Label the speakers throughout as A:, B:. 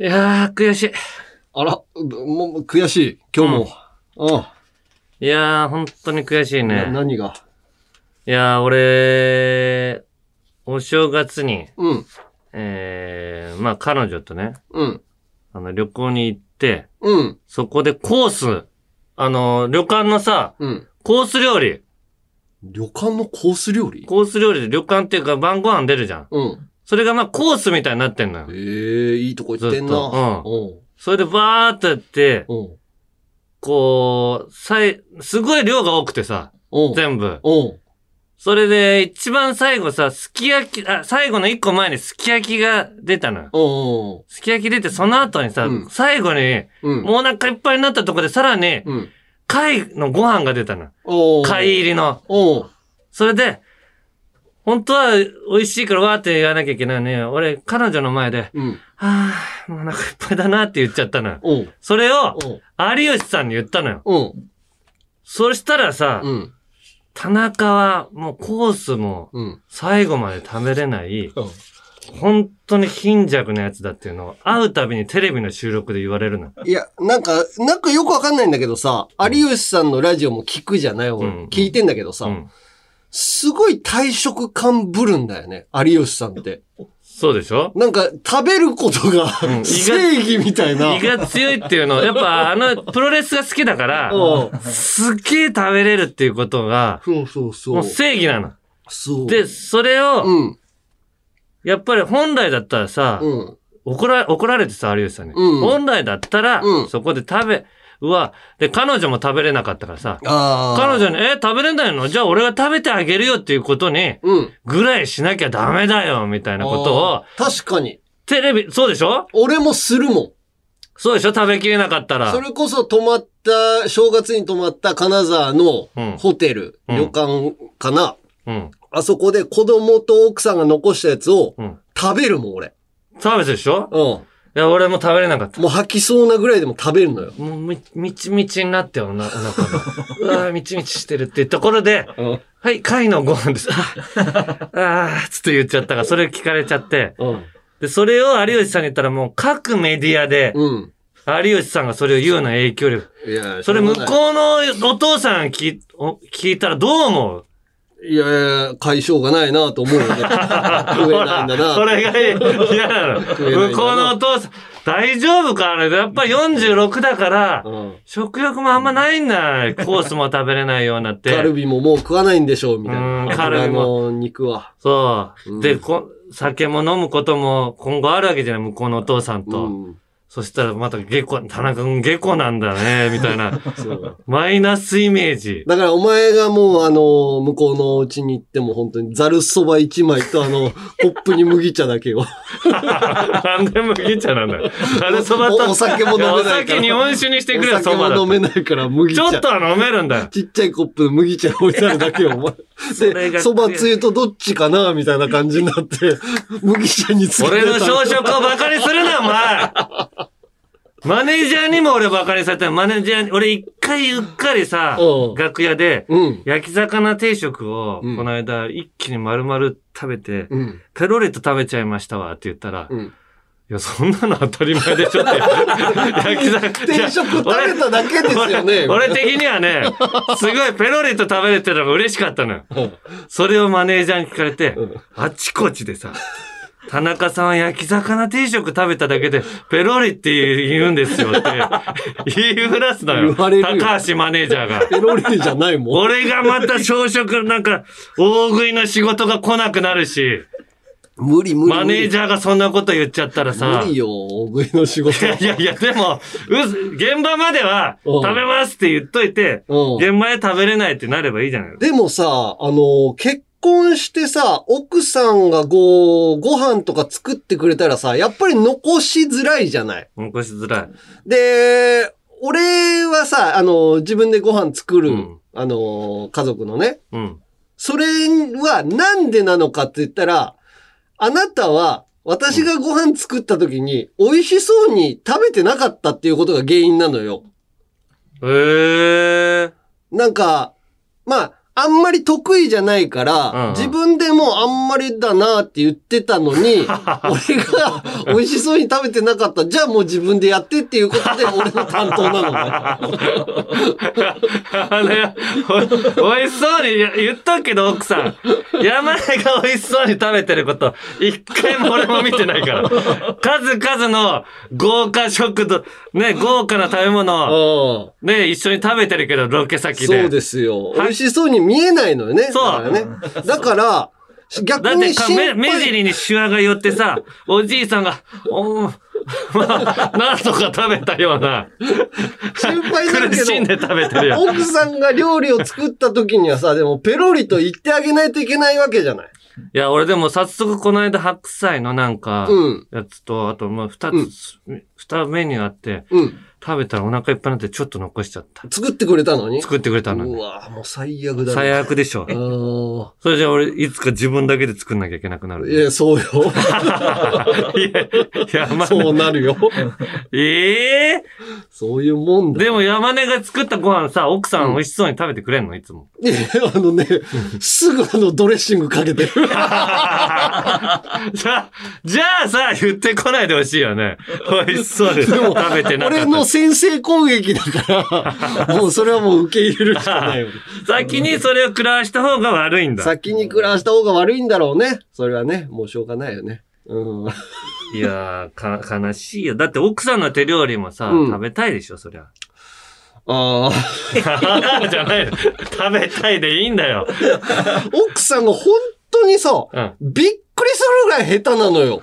A: いやー、悔しい。
B: あら、もう、悔しい。今日も。あ
A: いやー、本当に悔しい
B: あ、な
A: ね。
B: 何が。
A: いやー、俺、お正月に、
B: うん、
A: えー、まあ彼女とね、
B: うん、
A: あの、旅行に行って、
B: うん、
A: そこでコース、あの、旅館のさ、
B: うん。
A: コース料理。
B: 旅館のコース料理
A: コース料理で旅館っていうか晩ご飯出るじゃん。
B: うん。
A: それがまあコースみたいになってんの
B: ええ
A: よ。
B: いいとこ行ってんな。
A: ずっと
B: お
A: それでバーっとやって、
B: うん、うん、
A: こう、さい、すごい量が多くてさ、
B: うん。
A: 全部。
B: うん。
A: それで、一番最後さ、すき焼き、あ、最後の一個前にすき焼きが出たのよ。
B: うん。
A: すき焼き出て、その後にさ、
B: うん
A: 最後に、
B: うん。
A: もうお腹いっぱいになったとこで、さらに、
B: うん。
A: 貝のご飯が出たのよ。
B: お
A: 貝入りの。
B: お
A: それで、本当は美味しいからわーって言わなきゃいけないのに、俺、彼女の前で、
B: うん。
A: はぁ、もうお腹いっぱいだなって言っちゃったのよ。
B: おうん。
A: それを、有吉さんに言ったのよ。
B: うん。
A: そしたらさ、
B: うん。
A: 田中はもうコースも
B: うん。
A: 最後まで食べれない、
B: うん。
A: 本当に貧弱なやつだっていうのを会うたびにテレビの収録で言われるの。
B: いや、なんか、なんかよくわかんないんだけどさ、有吉さんのラジオも聞くじゃない俺、
A: うん
B: 聞いてんだけどさ、
A: うん。
B: すごい退職感ぶるんだよね、有吉さんって。
A: そうでしょ
B: なんか、食べることが、
A: うん
B: 正義みたいな。
A: 胃が強いっていうの、やっぱあのプロレスが好きだから
B: う、
A: すっげえ食べれるっていうことが、
B: そうそうそ
A: もう
B: う。
A: 正義なの。
B: そう。
A: で、、それ
B: う
A: を、
B: ん、
A: やっぱり本来だったらさ、
B: うん、
A: 怒ら、怒られてさ、有吉さんに。
B: うん
A: 本来だったら
B: う、ん
A: そこで食べ、うわ、で、彼女も食べれなかったからさ、
B: ああ。
A: 彼女に、え、食べれないのじゃあ俺が食べてあげるよっていうことに、
B: うん。
A: ぐらいしなきゃダメだよ、みたいなことを
B: あ、ー。確かに。
A: テレビ、そうでしょ
B: 俺もするもん。
A: そうでしょ食べきれなかったら
B: そ。れこそ泊まった、正月に泊まった金沢の
A: うん
B: ホテル、
A: うん
B: 旅館かな。
A: うん。
B: あそこで子供と奥さんが残したやつを
A: うん。
B: 食べるもん、俺。
A: サービスでしょ
B: うん。も
A: いや、俺も食べれなかった。
B: う吐きそうなぐらいでも食べるのよ。
A: もうみ、みちみちになってよ、おなお腹が。 うわーみちみちしてるっていうところで、
B: うん。
A: はい、貝のご飯です。あーあー、つって言っちゃったから、それ聞かれちゃって。
B: うん。
A: で、それを有吉さんに言ったらもう各メディアで、
B: うん。
A: 有吉さんがそれを言うの影響力。
B: いや、
A: それ向
B: しょうが
A: こうのお父さん聞いお聞いたらどう思う
B: ないいやいや、解消がないなと思うよ ね。食えないんだな。
A: それが嫌なの。
B: えないんだな
A: 向こうのお父さん、大丈夫かあれ、やっぱり46だから、
B: うん。
A: 食欲もあんまないんだ。コースも食べれないようになって。
B: カルビももう食わないんでしょう、みたいな。
A: うんカルビも
B: あの肉は。
A: そう。
B: うん
A: でこ、酒も飲むことも今後あるわけじゃない、向こうのお父さんと。
B: うん。
A: そしたらまた下戸、田中君下戸なんだ ね、みたいな。
B: そう。
A: マイナスイメージ。
B: だからお前がもうあの、向こうのお家に行っても本当にザルそば一枚とあ の、コップに麦茶だけを。
A: なんで麦茶なんだよ。あれそばと。
B: おお酒も飲めないから
A: お酒日本酒にしてくれ
B: お
A: よ、そ
B: 酒
A: ばだ
B: も
A: と
B: 飲めないから麦
A: ち
B: 茶。
A: ょっとは飲めるんだよ。
B: ちっちゃいコップの麦茶が置いてあるだけよ、 お前。
A: れ
B: で、
A: が
B: そばつゆとどっちかなみたいな感じになって、麦茶につけてた。
A: 俺の小食をバカにするな、お前マネージャーにも俺バカにされたマネージャーに、俺一回うっかりさ
B: うん、
A: 楽屋で、
B: うん。
A: 焼き魚定食を、
B: うん
A: この間、一気に丸々食べて、
B: うん。
A: ペロリと食べちゃいましたわって言ったら、い
B: うん。
A: や、そんなの当たり前でしょ って。焼き魚。
B: 定食食べただけです
A: いや
B: よね。
A: 俺俺的にはね、すごいペロリと食べれてるのが嬉しかったのよ。それをマネージャーに聞かれて、
B: うん
A: あちこちでさ、田中さんは焼き魚定食食べただけで、ペロリって言うんですよって言いふらすのよ。
B: 言われるよ
A: 高橋マネージャーが。
B: ペロリじゃないもん。
A: 俺がまた小食なんか、大食いの仕事が来なくなるし、
B: 無理無理無理。
A: マネージャーがそんなこと言っちゃったらさ
B: 無、理よ、大食いの仕事。
A: いやいや、でも、うす現場までは、
B: うん
A: 食べますって言っといて、
B: うん
A: 現場で食べれないってなればいいじゃない
B: でもさ、あの、結婚してさ、奥さんがご、ご飯とか作ってくれたらさ、やっぱり残しづらいじゃない。
A: 残しづらい。
B: で、俺はさ、あの、自分でご飯作る、
A: うん
B: あの、家族のね。
A: うん。
B: それはなんでなのかって言ったら、あなたは、私がご飯作った時に、美味しそうに食べてなかったっていうことが原因なのよ。
A: ええー。
B: なんか、まあ、あんまり得意じゃないから、
A: うんうん
B: 自分でもうあんまりだなって言ってた のに、俺が 美味しそうに食べてなかった。じゃあもう自分でやってっていうことで俺の担当なの ね。
A: あれ、お美味しそうにや言っとくけど、奥さん。山根が美味しそうに食べてること、一回も俺も見てないから。数々の豪華食堂、ね、豪華な食べ物を、
B: うん
A: ね、一緒に食べてるけど、ロケ先で。
B: そうですよ。
A: い
B: 美味しそうに見えないのよね。
A: そう
B: だからね。だから、逆
A: だって
B: に
A: か
B: 心
A: 目、
B: 配。
A: 目尻にシワが寄ってさ、おじいさんが、おーまあ、なんとか食べたような、
B: 心配だ
A: 苦しん
B: け
A: で食べてる
B: ど、
A: よ。
B: 奥さんが料理を作った時にはさ、でもペロリと言ってあげないといけないわけじゃない。
A: いや、俺でも早速この間白菜のなんか、
B: うん。
A: やつと、あともう二つ、二、メニューあって、
B: うん。
A: 食べたらお腹いっぱいになってちょっと残しちゃった。
B: 作ってくれたのに。
A: 作ってくれたの
B: う
A: に。
B: わもう最悪だね。
A: 最悪でしょ。
B: あ
A: それじゃ俺、いつか自分だけで作んなきゃいけなくな
B: ー
A: る。
B: いや、 そうよ。
A: いや、山
B: そ
A: 根
B: う。なるよ。
A: ええ
B: そういうもんだ。
A: でも山根が作ったご飯さ、奥さん美味しそうに食べてくれんのいつも。
B: いや、あのね、すぐあのドレッシングかけて。
A: じゃあ、じゃあさ、言ってこないでほしいよね。 美味しそうで食べてなか
B: 俺
A: った
B: の。先制攻撃 だから、もうそれはもう受け入れるしかないよ。
A: 先にそれを食らわした方が悪 いんだ。
B: 先に暮らした方が悪いんだろうね。それはね、もうしょうがないよね。うん。
A: いやー、か、悲しいよ。だって奥さんの手料理もさ、
B: うん
A: 食べたいでしょ、そりゃ。
B: ああ。
A: じゃないよ食べたいでいいんだよ。
B: 奥さんが本当にさ、
A: うん。
B: びっくりするぐらい下手なのよ。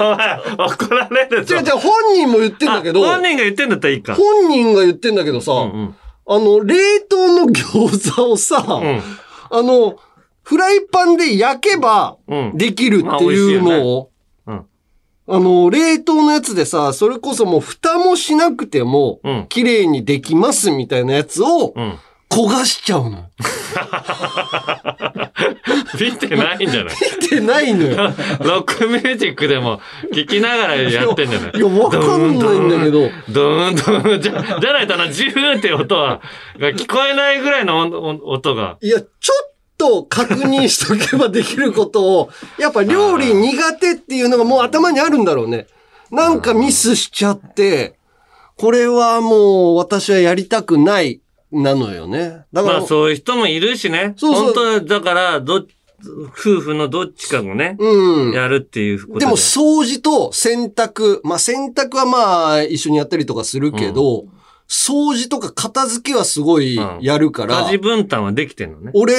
A: お前、怒られる
B: 違
A: ぞ。
B: う違う、本人も言ってんだけど、
A: あ本人が言ってんだったらいいか。
B: 本人が言ってんだけどさ、
A: うんうん。
B: あの、冷凍の餃子をさ、
A: うん。
B: あの、フライパンで焼けば
A: うん。
B: できるっていう
A: まあ美味しい
B: のを、
A: よね
B: あの、冷凍のやつでさ、それこそもう蓋もしなくても、
A: うん。
B: 綺麗にできますみたいなやつを
A: うん。
B: 焦がしちゃうの。
A: 見てないんじゃない
B: 見てないのよ。
A: ロックミュージックでも聞きながらやってんじゃない
B: いや、わかんないんだけど。
A: ドーンドーンじゃ、じゃないとあの、ジューって音は、が聞こえないぐらいの音音が。
B: いや、ちょっと確認しとけばできることを、 やっぱ料理苦手っていうのがもう頭にあるんだろうね。なんかミスしちゃって、これはもう私はやりたくない、なのよね。だか
A: ま
B: ら、
A: あそういう人もいるしね。
B: そうそう
A: 本当だから、どっ、夫婦のどっちかがね、
B: うん。
A: やるっていうこと
B: でも掃除と洗濯、まあ洗濯はまあ一緒にやったりとかするけど、掃除とか片付けはすごいやるから、
A: 家事分担はできてんのね。
B: 俺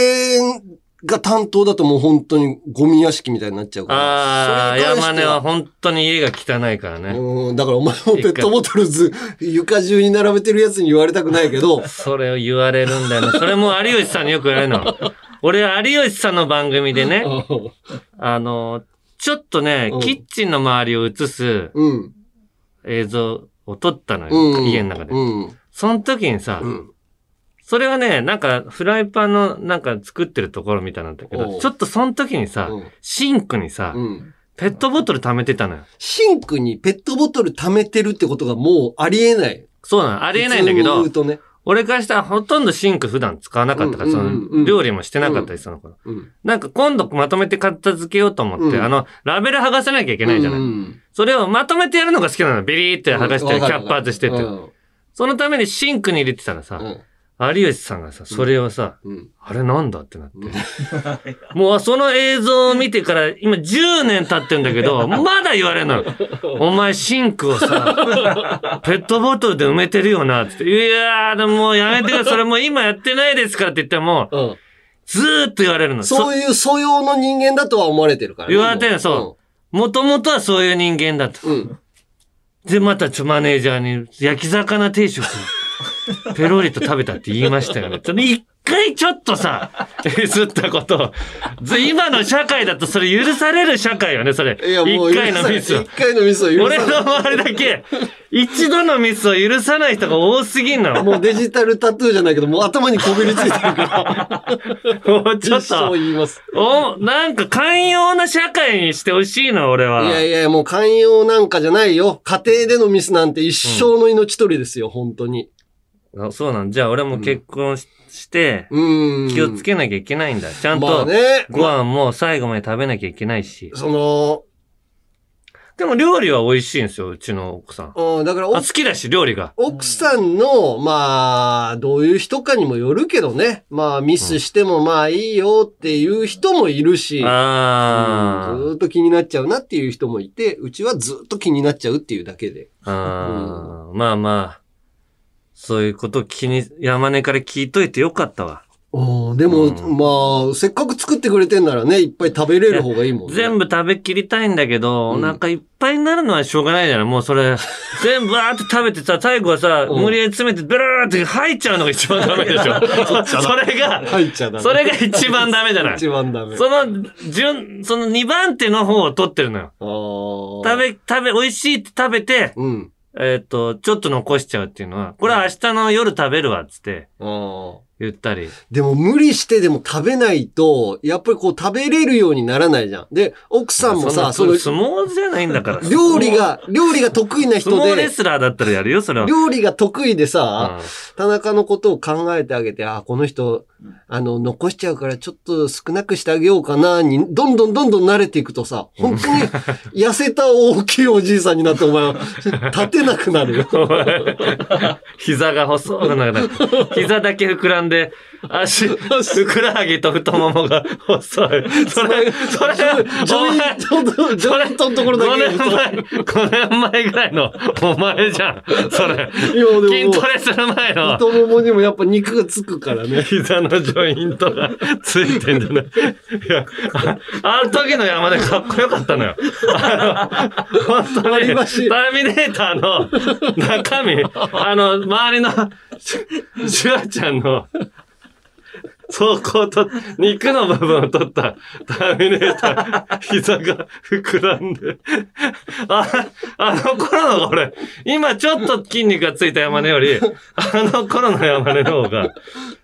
B: が担当だともう本当にゴミ屋敷みたいになっちゃうから。
A: ああ、
B: それに関
A: 山
B: して
A: 根は本当に家が汚いからね。
B: うん、だからお前もペットボトルず、床中に並べてるやつに言われたくないけど、
A: それを言われるんだよ ね。それも有吉さんによく言われるの。俺、有吉さんの番組でね、あの、ちょっとね
B: うん、
A: キッチンの周りを映す
B: うん。
A: 映像を撮ったの
B: う
A: よ。
B: ん。
A: 家の中で。
B: うん。
A: その時にさ、
B: うん。
A: それはね、なんかフライパンのなんか作ってるところみたいなんだけ
B: お
A: ど、
B: う
A: ちょっとその時にさ、
B: うん
A: シンクにさ、
B: うん。
A: ペットボトル溜めてたのよ。
B: シンクにペットボトル溜めてるってことがもうありえない。
A: そうなの。あ
B: あ
A: りえないんだけど
B: 言う、とね。
A: 俺からしたらほとんどシンク普段使わなかったから、
B: うん
A: そ
B: うんうん
A: の料理もしてなかったりするのかな。
B: うん。
A: なんか今度まとめて片付けようと思って、
B: うん
A: あの、ラベル剥がさなきゃいけ
B: い
A: ないじゃない。
B: うん。
A: それをまとめてやるのが好きなの。ビリーって剥がして、
B: うん
A: キ
B: わかる
A: ャップ外してって。
B: うん
A: そのためにシンクに入れてたらさ、
B: うん
A: 有吉さんがさ、それをさ、
B: うん。
A: あれなんだってなって
B: うん。
A: もうその映像を見てから今10年経ってんだけ ど、まだ言われんの。お前シンクをさ、 ペットボトルで埋めてるよな、つって。いやー、でももうやめてください。それもう今やってないですからって言っても、
B: うん
A: ずーっと言われるの。
B: そういう素養の人間だとは思われてるからね。
A: 言われてるそう。もともとはそういう人間だと。
B: う。うん。
A: で、またちょマネージャーに焼き魚定 食をペロリと食べたって言いましたよね。その一回ちょっとさ、えずったことをず今の社会だとそれ許される社会よね、それ。
B: いや、もう
A: 一回のミスを
B: 一。回のミスを許
A: 俺
B: さ
A: の
B: ない。
A: 周りだけ、一度のミスを許さない人が多すぎんの。も
B: もうデジタルタトゥーじゃないけど、もう頭にこびりついてる から。
A: うちょっ
B: そう
A: と、
B: 言います。
A: お、なんか寛容な社会にしてほしいの、俺は。
B: いやいや、もう寛容なんかじゃないよ。家庭でのミスなんて一生の命取りですよ、本当に。
A: あそうなんじゃあ俺も結婚し,、て、
B: うん。
A: 気をつ
B: け
A: けなきゃいけないんだ。ちゃん
B: まあ
A: と、
B: ね。
A: ご飯も最後まで食べなきゃいけないし。
B: その、
A: でも料理は美味しいんですよ、うちの奥さん。あ、
B: うん、だから
A: 好
B: 奥
A: きだし、料理が。
B: 奥さんの、まあ、どういう人かにもよるけどね。まあ、ミスしてもまあいいよっていう人もいるし、
A: あ
B: うんずーっと気になっちゃうなっていう人もいて、うちはずっと気になっちゃうっていうだけで。
A: あ、ああ、まあまあ、そういうこと気に、山根から聞いといてよかったわ。
B: おーでも、まあ、せっかく作ってくれてんならね、いっぱい食べれる方がいいもんね。
A: 全部食べきりたいんだけど、
B: うん
A: お腹いっぱいになるのはしょうがないじゃないもうそれ、 全部わーって食べてさ、最後はさ、
B: うん
A: 無理やり詰めて、ブルーって吐いちゃうのが一番ダメでし ょ。そそれが、
B: 入っちゃダメ。
A: それが一番ダメじゃない
B: 一番ダメ。
A: その、順、その2番手の方を取ってるのよ。
B: 食
A: 食べ、食べ、美味しいって食べて、
B: うん。
A: えっ、と、ちょっと残しちゃうっていうのは、これは明日の夜食べるわ、つって
B: あー
A: 言ったり。
B: でも無理してでも食べないと、やっぱりこう食べれるようにならないじゃん。で、奥さんもさ、そ
A: そんな
B: の
A: 相撲じゃないんだから。
B: 料理が、料理が得意な
A: 相
B: 人
A: 撲レ
B: で、
A: スラーだったらやるよ、それは。
B: 料理が得意でさ、
A: うん
B: 田中のことを考えてあげて、あ、この人、あの、残しちゃうからちょっと少なくしてあげようかな、に、どんどんどんどん慣れていくとさ、本当に痩せた大きいおじいさんになってお前は立てなくなるよ。
A: お前 膝が細くなる。膝だけ膨らんで、足、ふくらはぎと太ももが細い。それ、それ、
B: ジョ
A: お
B: イ
A: 前、
B: ント、ジョイントのところだ
A: 5
B: け
A: 年前、5年前ぐらいのお前じゃん。それ、
B: 今でも
A: 筋トレする前の
B: 太ももにもやっぱ肉がつくからね。
A: 膝のジョイントがついてんじゃないいや、ああの時の山でかっこよかったのよ。あの、本当に、
B: 割り
A: タ
B: 箸
A: ーミネーターの中身、あの、周りのシュ、シュワちゃんの、走行と、肉の部分を取ったターミネーター、膝が膨らんで、あ、あの頃の俺、今ちょっと筋肉がついた山根より、あの頃の山根の方が、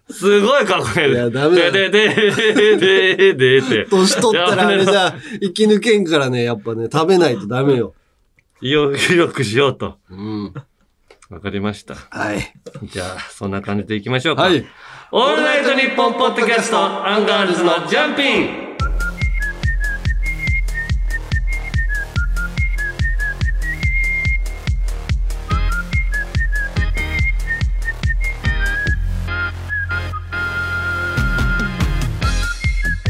A: すごいかっこいい。
B: いやダメだ
A: で、で、で、で、で、で、って。
B: 年取ったらあれじゃ、生き抜けんからね、やっぱね、食べないとダメよ。
A: よ、よくしようと。
B: うん。
A: わかりました。
B: はい。
A: じゃあ、そんな感じでいきましょうか。
B: はい。
A: オールナイトニッポンポッドキャスト、アンガールズのジャンピン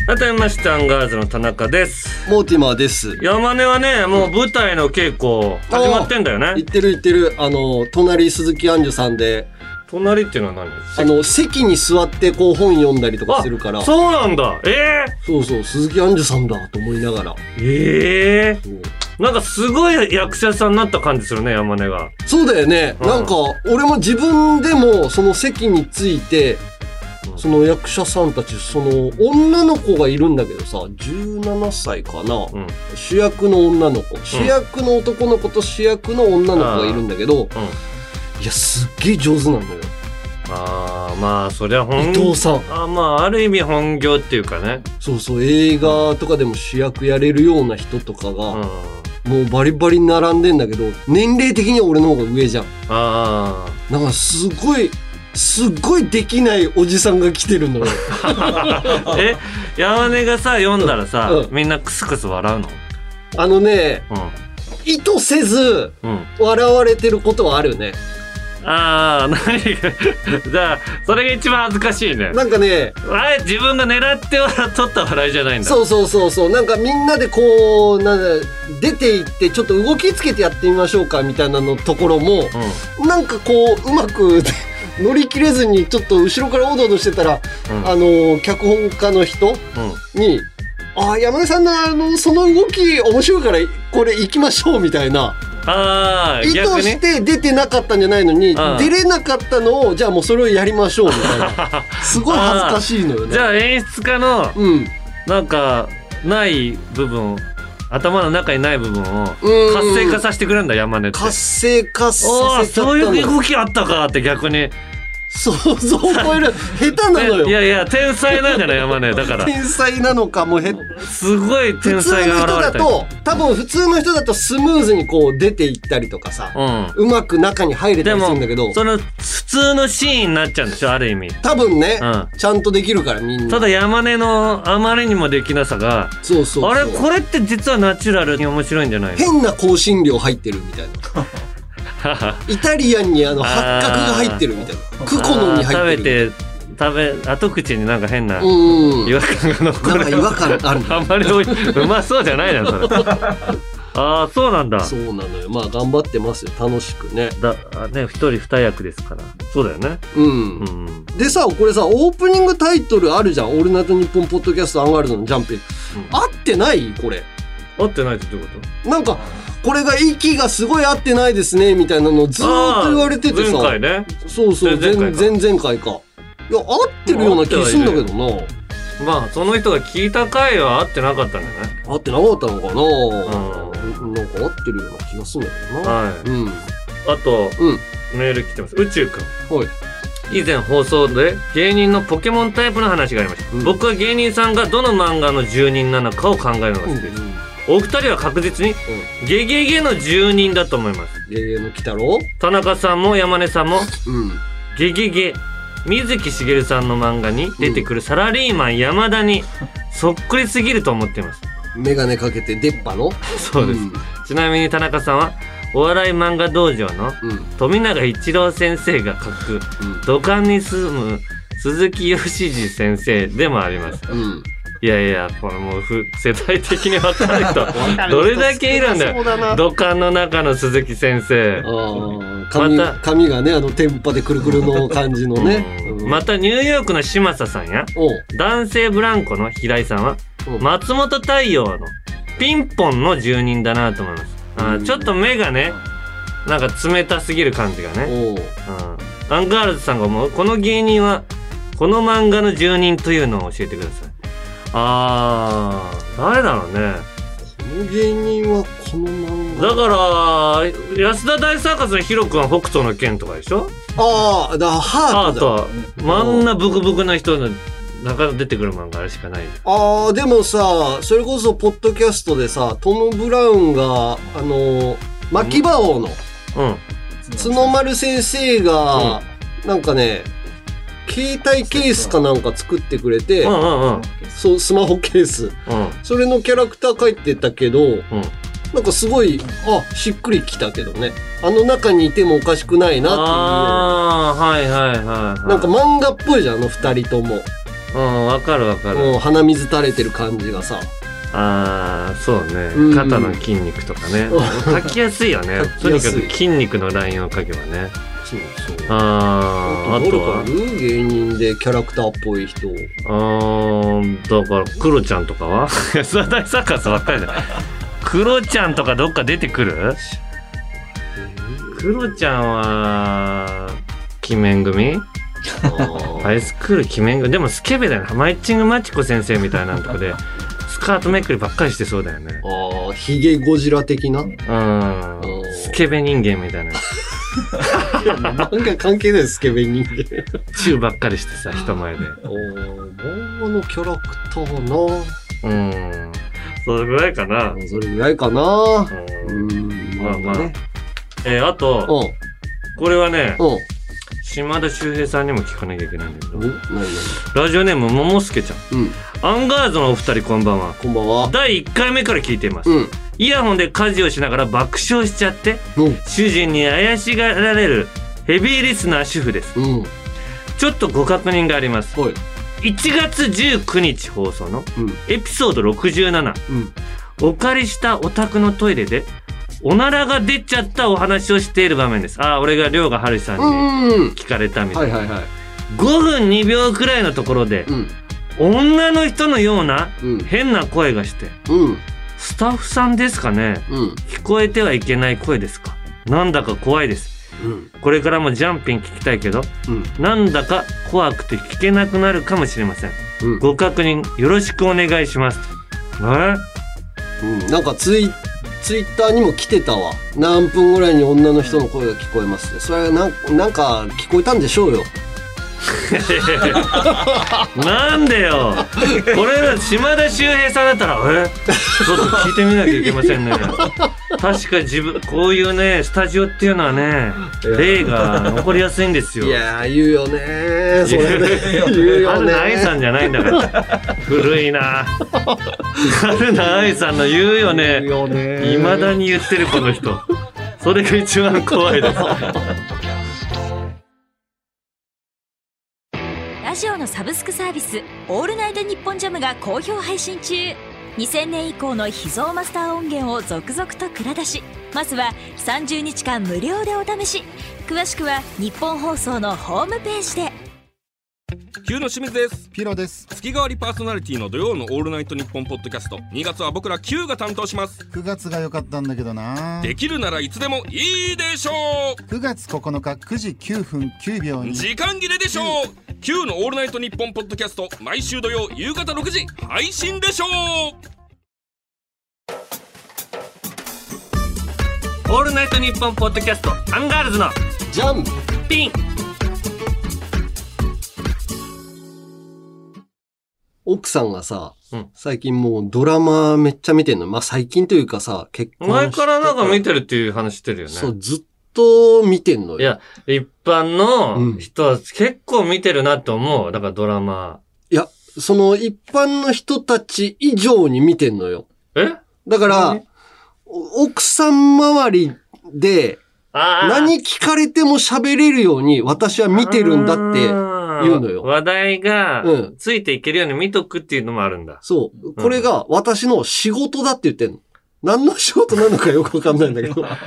A: 改めまして、アンガールズの田中です。
B: モーティマーです。
A: 山根はね、もう舞台の稽古始まってんだよ
B: 言っ
A: ね。
B: てる言ってる、あの、隣鈴木杏樹さんで、
A: 隣っていうのは何
B: あの、席に座ってこう本読んだりとかするから、
A: そうなんだ。え
B: そうそう、鈴木杏樹さんだと思いながら。
A: えええ
B: そう
A: なんかすごい役者さんになった感じするね、山根が。
B: そうだよね。
A: うん
B: なんか、俺も自分でもその席について
A: う、ん
B: その役者さんたち、その女の子がいるんだけどさ、17歳
A: う
B: かな。
A: ん。うん。
B: 主役の女の子主役の男の子と主役の女の子がいるんだけど、いやすっげえ上手なのよ
A: ああ、まあ、そりゃ
B: 伊
A: 本
B: 藤さん
A: あーまあ、ある意味本業っていうかね。
B: そうそう映画とかでも主役やれるような人とか
A: う
B: が、
A: ん。
B: もうバリバリ並んでんだけど年齢的には俺の方が上じゃん
A: あ
B: だからすごいすっごいできないおじさんが来てる のよ
A: あ。え、山根がさ、読んだらさ、
B: うん
A: みんなクスクス笑うの
B: あのね意図せず
A: うん。うん。
B: 笑われてることはあるよね
A: ああ、 何じゃあ、それが一番恥ずかしいね。
B: なんかね
A: あれ、自分が狙って笑っとった笑いじゃないんだ。
B: そうそうそうそうなんかみんなでこうなんだ出て行ってちょっと動きつけてやってみましょうかみたいなのところも
A: うん。
B: なんかこううまく乗り切れずにちょっと後ろからおどおどしてたら、
A: うん
B: あの脚本家の人
A: うん。
B: に「あー山根さんのあのその動き面白いからこれ行きましょう」みたいな
A: ああ、
B: 意図
A: 逆に
B: し。て出てなかったんじゃないのに
A: ん
B: 出れなかったのをじゃあもうそれをやりましょうみたい なすごい恥ずかしいのよ
A: じ
B: ね。
A: ゃあ、演出家の、
B: うん
A: なんかない部分頭の中にない部分を
B: うん
A: 活性化させてくれるんだ山根って
B: 活性化さ
A: おー
B: せちゃった
A: そ
B: の
A: う
B: よ
A: いう動きあったかって逆に
B: 想像を超える。下手なの
A: い
B: よ。
A: やいや、天才なんじゃない山根。だ から、
B: 天才なのか、もうへ、
A: すごい
B: 普
A: 天
B: 通の
A: 才
B: 人
A: が
B: だ
A: 現れたよ。
B: と、多分普通の人だとスムーズにこう出ていったりとかさ、
A: うん。
B: うまく中に入れた
A: で
B: りす
A: も
B: るんだけど、
A: その、普通のシーンになっちゃうんでしょ、ある意味。
B: 多分ね、
A: う
B: ちゃんとできるからみんな。
A: ただ山根のあまりにもできなさが、
B: そうそうそう
A: あれこれって実はナチュラルに面白いんじゃないの
B: 変な香辛料入ってるみたいな。イタリアンにあの、
A: あー
B: 八角が入ってるみたいな。クコのに
A: あー
B: 入ってる。
A: 食べて食べ後口になんか変な
B: う
A: 違
B: んうん。
A: 和感が残
B: なん
A: る
B: か違和感 ある
A: あんまりおいうまそうじゃないなそれああそうなんだ
B: そうなのよ。まあ頑張ってますよ。楽しくね。
A: だあね一人二役ですからそうだよね
B: うん
A: う。ん
B: でさ、これさ、オープニングタイトルあるじゃん。オールナイトニッポンポッドキャストアンガールズのジャンプ。合ってないこれ。
A: 合ってないってどういうこ
B: なんか、これが息がすごい合ってないですね、みたいなのをず
A: と
B: ーっと言われててさ。
A: 前回ね
B: そうそ
A: 前
B: う、前
A: 々回
B: 々
A: か
B: 回か。いや、合ってるような気すんだけどな。
A: まあその人が聞いた回は合ってなかったんだよね
B: 合ってなかった
A: う
B: のかな、なんか合ってるような気がするんだけどな。
A: はい
B: うん。
A: あと
B: うん。
A: メール来てます宇宙くん
B: はい。
A: 以前放送で芸人のポケモンタイプの話がありました、
B: うん
A: 僕は芸人さんがどの漫画の住人なのかを考えます、
B: うん。
A: お二人は確実にゲゲゲの住人だと思います
B: ゲゲの鬼太郎
A: 田中さんも山根さんも
B: うん。
A: ゲゲゲ水木しげるさんの漫画に出てくるサラリーマン山田にそっくりすぎると思っています
B: メガネかけて出っ歯の
A: そうです、
B: ん
A: ちなみに田中さんはお笑い漫画道場の
B: うん。
A: 富永一郎先生が書く土管に住む鈴木義二先生でもあります
B: うん。うん。
A: いやいや、これもうふ世代的に分かる 人、どれだけいるんだ
B: そう
A: よ。
B: だな。
A: 土管の中の鈴木先生。
B: ああ、髪、
A: また
B: 髪がね、あの、テンパでくるくるの感じのね。
A: う
B: うんん
A: またニューヨークの嶋佐さんや、
B: おう
A: 男性ブランコの平井さんは、
B: うん
A: 松本太陽のピンポンの住人だなと思います。あー
B: うん
A: ちょっと目がね、なんか冷たすぎる感じがね。
B: おう
A: うんアンガールズさんが思う、この芸人は、この漫画の住人というのを教えてください。あー、誰だろうね。
B: この芸人はこの漫画
A: だから、安田大サーカスのヒロ君は北斗の剣とかでしょ
B: ああだからハ
A: ハ
B: ー
A: ー
B: トだ
A: トは、真んなブクブクな人の中で出てくる漫画あれしかない。
B: ああでもさそれこそポッドキャストでさトム・ブラウンがあの牧場王の
A: うん。
B: 角丸先生が、なんかね携帯ケースかなんか作ってくれて、
A: うんうんうん。
B: そうスマホケース
A: うん。
B: それのキャラクター書いてたけど、なんかすごいあしっくりきたけどねあの中にいてもおかしくないなっていう。
A: ああ、はいはいはいはい。
B: なんか漫画っぽいじゃん、あの二人とも。
A: うん、わかるわかる。
B: もう鼻水垂れてる感じがさ。
A: ああ、そうね
B: う。ん
A: 肩の筋肉とかね。
B: う
A: 書きやすいよ ね。と
B: 書き
A: に
B: や
A: か
B: すい
A: く筋肉のラインを書けばね。
B: そうそう。
A: ああ、あ
B: 誰
A: と
B: か
A: は。
B: いる芸人でキャラクターっぽい人。
A: あー、だから、クロちゃんとか は安田大サーカスばっかりだ。クロちゃんとかどっか出てくるクロちゃんは、鬼面組
B: あ
A: アイスクール鬼面組。でもスケベだよね。マイチングマチコ先生みたいなのとかで、スカートめくりばっかりしてそうだよね。
B: あー、ヒゲゴジラ的な
A: うん
B: お。ー
A: スケベ人間みたいな。
B: 漫画関係ないスケベ人間。
A: チューばっかり してさ、人前で。
B: おー漫画のキャラクターな。
A: うん。それぐらいかな。
B: それぐらいかな。う
A: うん
B: ん。
A: まあまあ
B: ね
A: えーあと、
B: う
A: これはね、
B: ん。うん。
A: 島田秀平さんにも聞かなきゃいけないんだけ
B: お
A: ど、
B: 何々
A: ラジオネーム、ももすけちゃん。
B: うん。
A: アンガールズのお二人こんばんは。
B: こんばんは。
A: 第1回目から聞いています。
B: うん。
A: イヤホンで家事をしながら爆笑しちゃって、
B: うん。
A: 主人に怪しがられるヘビーリスナー主婦です。
B: うん。
A: ちょっとご確認があります。
B: はい。
A: 1月19日放送の
B: うん。
A: エピソード67、
B: うん。
A: お借りしたお宅のトイレで、おならが出ちゃったお話をしている場面です。ああ、俺が涼河春さんに
B: うん。
A: 聞かれたみた
B: はい
A: いな。
B: はいはい。
A: 5分2秒くらいのところで、
B: うん。
A: 女の人のような
B: うん。
A: 変な声がして、
B: うん。
A: スタッフさんですかね
B: うん。
A: 聞こえてはいけない声ですかなんだか怖いです。
B: うん。
A: これからもジャンピン聞きたいけど、
B: うん。
A: なんだか怖くて聞けなくなるかもしれません。
B: うん。
A: ご確認よろしくお願いします。え
B: うん、なんかツイツイッターにも来てたわ何分ぐらいに女の人の声が聞こえますってそれはなんなんか聞こえたんでしょうよ
A: なんでよこれだ島田秀平さんだったらえちょっと聞いてみなきゃいけませんね確か自分こういうねスタジオっていうのはね例が残りやすいんですよ
B: いやー、言うよねー。それね。言うよ
A: 春
B: ね
A: 菜愛さ
B: ー。
A: んじゃないんだから古いな春菜愛さんの言うよ
B: 言う
A: ね
B: よねー。
A: いまだに言ってるこの人それが一番怖い です
C: ラジオのサブスクサービス「オールナイトニッポンジャム」が好評配信中2000年以降の秘蔵マスター音源を続々と蔵出しまずは30日間無料でお試し詳しくは日本放送のホームページで
D: 急の清水です
E: ピロです。
D: 月替わりパーソナリティの土曜の「オールナイトニッポン」ポッドキャスト2月は僕ら Q が担当します
E: 9月が良かったんだけどな。
D: できるならいつでもいいでしょ
E: 9月9日9時9分9秒
D: う
E: に。
D: 時間切れでしょう Q の「オールナイトニッポン」ポッドキャスト毎週土曜夕方6時配信でしょう
A: 「オールナイトニッポン」ポッドキャストアンガールズの
B: ジャン
A: ピン
B: 奥さんがさ
A: うん、
B: 最近もうドラマめっちゃ見てんの。まあ最近というかさ、結婚
A: 前からなんか見
B: て
A: てるっていう話してるよね
B: そう、ずっと見てんのよ。
A: いや一般
B: う
A: の
B: ん
A: 人は結構見てるなと思うだからドラマ
B: いや、その一般の人たち以上に見てんのよ。
A: え
B: だから
A: 何、
B: お奥さん周りで
A: あー
B: 何聞かれても喋れるように私は見てるんだって。言うのよ
A: あー話題が
B: うん
A: ついていけるように見とくっていうのもあるんだ。
B: そう。これが私の仕事だって言ってんの。何の仕事なのかよくわかんないんだけど。
A: あ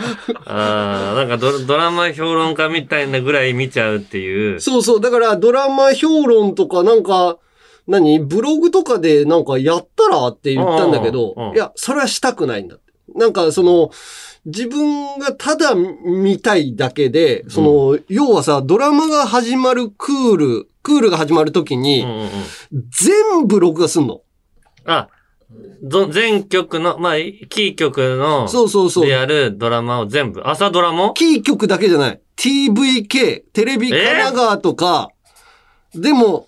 A: あ、なんかドドラマ評論家みたいなぐらい見ちゃうっていう。
B: そうそう。だからドラマ評論とかなんか、何ブログとかでなんかやったらって言ったんだけ
A: うんう
B: ど
A: ん、
B: いや、それはしたくないんだって。なんかその、自分がただ見たいだけで、その、要はさ、ドラマが始まるクール、クールが始まるとき
A: うん
B: に、
A: うんうん
B: 全部録画すんの。
A: あ、ど全曲の、まあ、キー曲の、
B: そうそうそう
A: で。やるドラマを全部。朝ドラも
B: キー局だけじゃない。TVK、テレビ神奈川とか、でも、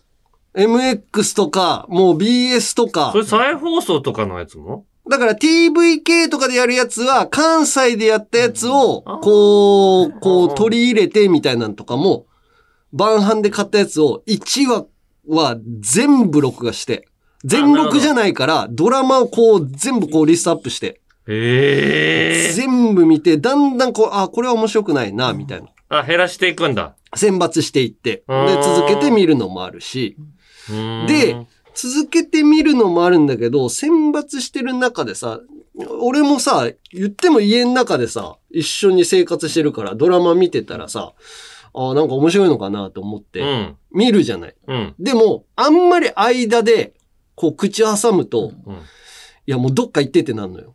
B: MX とか、もう BS とか
A: そ、れ再放送とかのやつも
B: だから TVK とかでやるやつは、関西でやったやつを
A: あー、
B: こう、こ
A: あー
B: う取り入れてみたいなのとかも、晩飯で買ったやつを、1話は全部録画して、全録じゃないから、ドラマをこう、全部こうリストアップして、
A: ええ
B: 全部見て、だんだんこう、あ、これは面白くないな、みたいな。
A: あ、減らしていくんだ。
B: 選抜していって、
A: あ
B: で、
A: ー
B: 続けて見るのもあるし、
A: うーん
B: で、続けて見るのもあるんだけど、選抜してる中でさ、俺もさ、言っても家の中でさ、一緒に生活してるから、ドラマ見てたらさ、あーなんか面白いのかなと思っ
A: う
B: て、
A: ん。
B: 見るじゃない。
A: うん。
B: でも、あんまり間で、こう、口挟むと、
A: うん
B: いや、もうどっか行ってってなんのよ。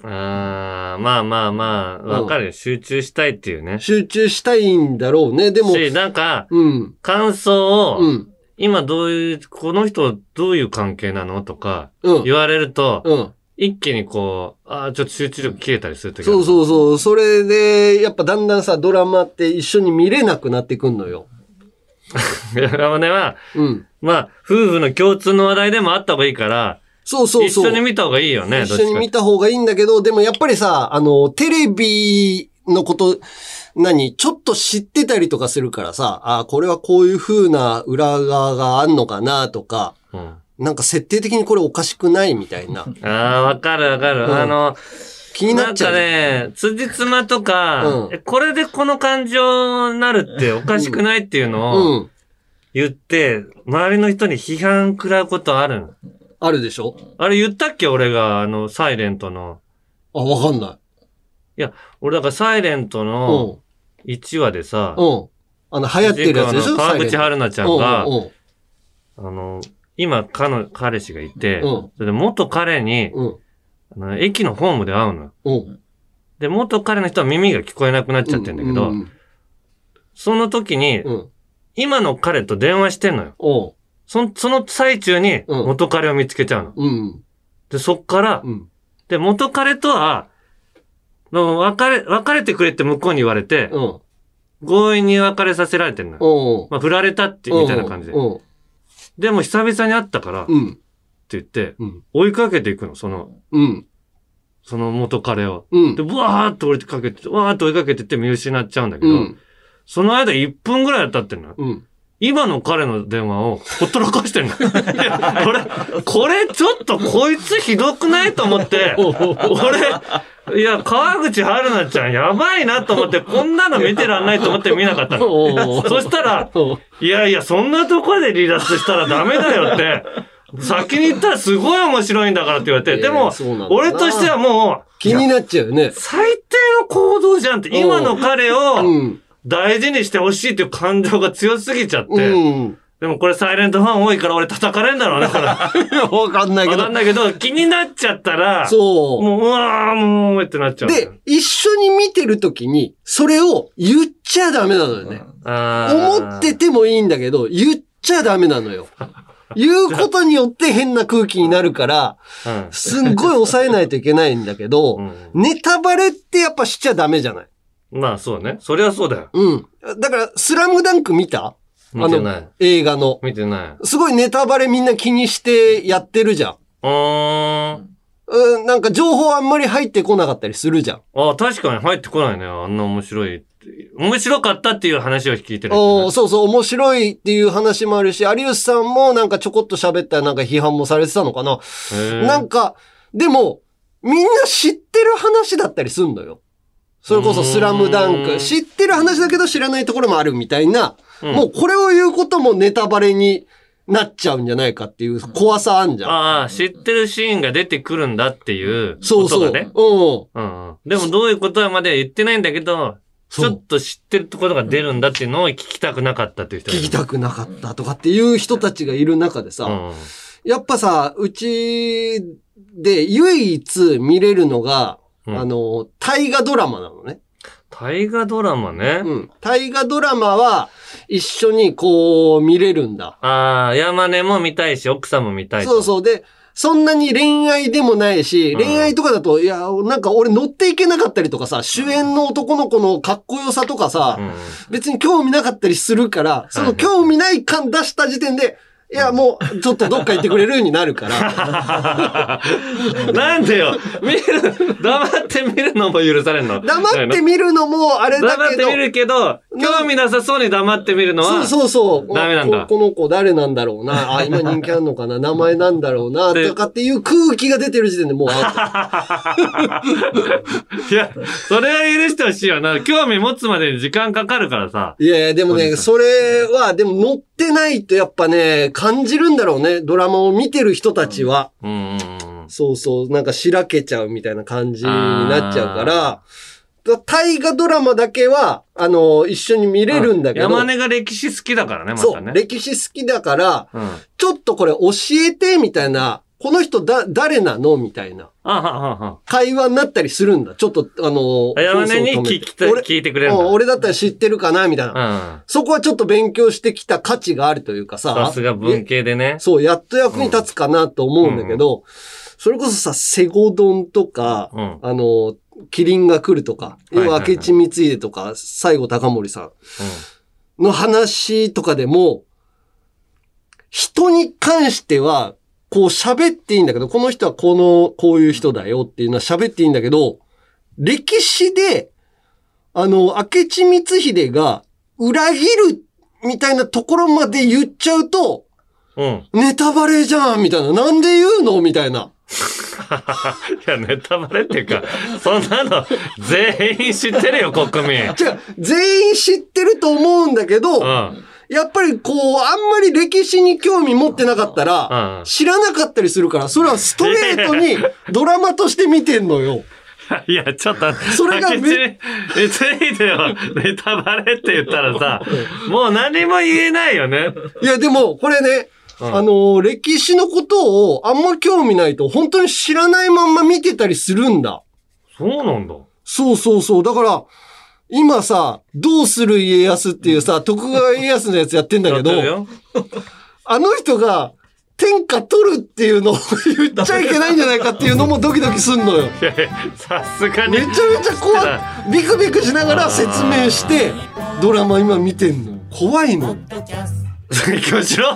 A: あーまあまあまあ、わかるよ。集中したいっていうね。
B: 集中したいんだろうね。でも、
A: し、なんか、
B: うん、
A: 感想を、
B: うん、
A: 今どういう、この人どういう関係なのとか、
B: うん、
A: 言われると、
B: うん。
A: 一気にこう、ああ、ちょっと集中力切れたりするとき
B: そ う
A: う。
B: そうそう。それで、やっぱだんだんさ、ドラマって一緒に見れなくなってくんのよ。
A: 山根は、
B: うん。
A: まあ、夫婦の共通の話題でもあった方がいいから、
B: そうそうそう。
A: 一緒に見た方がいいよね、
B: 一緒に
A: どっち
B: 見た方がいいんだけど、でもやっぱりさ、あの、テレビのこと、何ちょっと知ってたりとかするからさ、あこれはこういう風な裏側があんのかなとか、
A: か。うん
B: なんか設定的にこれおかしくないみた いな。
A: ああ、わかるわかる。
B: うん
A: あの、
B: 気になっちゃう。
A: なんかね、辻褄とか、
B: うん
A: えこれでこの感情になるっておかしくないっていうのを
B: うん。
A: 言って、周りの人に批判食らうことあるの
B: あるでしょ
A: あれ言ったっけ俺が、あの、サイレントの。
B: あ、わかんない。
A: 俺、だから、サイレント
B: う
A: の
B: ん。
A: 1話でさ、
B: うん。あの、流行ってるやつでし
A: 主人公の
B: ょ
A: 川口春奈ちゃんが、
B: うんうん
A: あの、今、彼の、彼氏がいて、
B: うん
A: それで元彼に、
B: うん。
A: あの駅のホームで会うのよ。
B: うん。
A: で、元彼の人は耳が聞こえなくなっちゃってんだけど、
B: うん。
A: その時に、
B: うん。
A: 今の彼と電話してんのよ。
B: うん。
A: そんその最中に、
B: うん
A: 元彼を見つけちゃうの。
B: うん。
A: で、そっから、
B: うん。
A: で、元彼とは、の別れ、別れてくれって向こうに言われて、
B: うん。
A: 強引に別れさせられてんのよ。
B: おう
A: まあ、振られたって、みたいな感じで。
B: おう
A: でも、久々に会ったから、っ
B: おう
A: て
B: うん。
A: 言って、
B: うん。
A: 追いかけていくの、その、
B: うん。
A: その元彼を。
B: うん
A: で、。わーっと追いかけて、わーっと追いかけてって見失っちゃうんだけ
B: う
A: ど、
B: ん。
A: その間1分ぐらい経ってんのよ。
B: うん。
A: 今の彼の電話をほったらか してんの。いやこれ、これちょっとこいつひどくないと思って、俺、いや、川口春奈ちゃんやばいなと思って、こんなの見てらんないと思って見なかった
B: おうお
A: の。
B: う
A: そしたら、
B: おう
A: いやいや、そんなところで離脱したらダメだよって、先に言ったらすごい面白いんだからって言われて、
B: えー
A: でも
B: そうなんだ、な
A: 俺としてはもう、
B: 気になっちゃうよね。
A: 最低の行動じゃんって、今の彼
B: う
A: を
B: ん。
A: 大事にしてほしいっていう感情が強すぎちゃって、
B: うん。
A: でもこれサイレントファン多いから俺叩かれんだろうな、 これ。わ
B: わかんないけ
A: か
B: ど
A: ん。ないけど、気になっちゃったら、
B: そう。
A: もう、うわー、もう、ってなっちゃうんだ
B: で
A: よ。、
B: 一緒に見てるときに、それを言っちゃダメなのよね。
A: あー
B: 思っててもいいんだけど、言っちゃダメな のよ。言うことによって変な空気になるから、
A: うん
B: すんごい抑えないといけないんだけど、
A: う
B: ネタバレってやっぱしちゃダメじゃない
A: まあ、そうね。そりゃそうだよ。
B: うん。だから、スラムダンク見た
A: 見てない。
B: 映画の。
A: 見てない。
B: すごいネタバレみんな気にしてやってるじゃん。
A: うーん。
B: うん、なんか情報あんまり入ってこなかったりするじゃん。
A: ああ、確かに入ってこないね。あんな面白いって。面白かったっていう話を聞いてる、
B: おーそうそう、面白いっていう話もあるし、有吉さんもなんかちょこっと喋ったらなんか批判もされてたのかな。
A: へー
B: なんか、でも、みんな知ってる話だったりすんのよ。それこそスラムダン
A: うーん
B: ク。知ってる話だけど知らないところもあるみたいな、
A: うん
B: もうこれを言うこともネタバレになっちゃうんじゃないかっていう怖さあんじゃん。
A: ああ、知ってるシーンが出てくるんだっていう
B: そ
A: こ
B: う
A: と
B: そう。
A: がね。
B: うん。
A: うんうん。でもどういうことまでは言ってないんだけど、ち
B: そう
A: ょっと知ってることが出るんだっていうのを聞きたくなかったっていう人がい
B: 聞
A: る
B: きたくなかったとかっていう人たちがいる中でさ、
A: うん。
B: やっぱさ、うちで唯一見れるのが、
A: うん
B: あの、大河ドラマなのね。
A: 大河ドラマね。
B: うん。大河ドラマは一緒にこう見れるんだ。
A: ああ、山根も見たいし、奥さんも見たいと。
B: そうそう。で、そんなに恋愛でもないし、
A: うん
B: 恋愛とかだと、いや、なんか俺乗っていけなかったりとかさ、主演の男の子のかっこよさとかさ、
A: うん。
B: 別に興味なかったりするから、その興味ない感出した時点で、いや、もう、ちょっとどっか行ってくれるようになる から。
A: なんでよ見る、黙って見るのも許されんの。
B: 黙って見るのもあれだ
A: 黙っ
B: け
A: て
B: ど
A: 見、るけど、興味なさそうに黙って見るのは、
B: そうそうそう。
A: ダメなんだ
B: ここの子誰なんだろうな。あ、今人気あんのかな。名前なんだろうな。
A: で
B: とかっていう空気が出てる時点でもうアウ
A: いや、それは許してほしいよな。興味持つまでに時間かかるからさ。
B: ト。いやいや、でもね、それは、でも乗ってないとやっぱね、感じるんだろうね。ドラマを見てる人たちは。
A: うんうんうん。
B: そうそう、なんかしらけちゃうみたいな感じになっちゃうから。だ大河ドラマだけは、あの、一緒に見れるんだけど。
A: 山根が歴史好きだからね、ま
B: そ
A: た
B: う、
A: ね。
B: 歴史好きだから、
A: うん。あ
B: ちょっとこれ教えて、みたいな。この人だ、誰なのみたいな。
A: ははは。
B: 会話になったりするんだ。ちょっと、あのー、
A: 山根に
B: 放送を止め
A: 聞
B: て
A: きたい、
B: 俺
A: 聞いてくれる
B: うん
A: ん
B: 俺だったら知ってるかなみたいな。
A: だ。
B: そこはちょっと勉強してきた価値があるというか
A: うん。
B: さ。
A: さすが文系でね
B: え。そう、やっと役に立つかなと思うんだけど、それこそさ、セゴドンとか、
A: うん
B: あのー、キリンが来るとか、
A: いはい
B: 要
A: はい
B: は明智光秀とか、西郷隆盛さんの話とかでも、人に関しては、こう喋っていいんだけど、この人はこの、こういう人だよっていうのは喋っていいんだけど、歴史で、あの、明智光秀が裏切るみたいなところまで言っちゃうと、
A: うん。 うん。
B: ネタバレじゃんみたいな。なんで言うのみたいな。
A: いや、ネタバレっていうか、そんなの全員知ってるよ、国民。
B: 違う、全員知ってると思うんだけど、
A: うん。
B: やっぱりこう、あんまり歴史に興味持ってなかった
A: うん
B: ら、知らなかったりするから、それはストレートに ドラマとして見てんのよ。
A: いや、ちょっと、
B: それが
A: 明
B: め
A: 智についてはネタバレって言ったらさ、もう何も言えないよね。
B: いや、でも、これね、
A: うん
B: あのー歴史のことをあんま興味ないと、本当に知らないまんま見てたりするんだ。
A: そうなんだ。
B: そうそうそう。だから、今さ、どうする家康っていうさ、徳川家康のやつやってんだけ
A: やってる
B: ど、
A: よ
B: あの人が、天下取るっていうのを 言っちゃいけないんじゃないかっていうのもドキドキすんのよ。
A: いやいや さすがに
B: めちゃめちゃ怖い。ビクビクしながら説明して、ドラマ今見てんのよ。怖いの。
A: 勉強しろ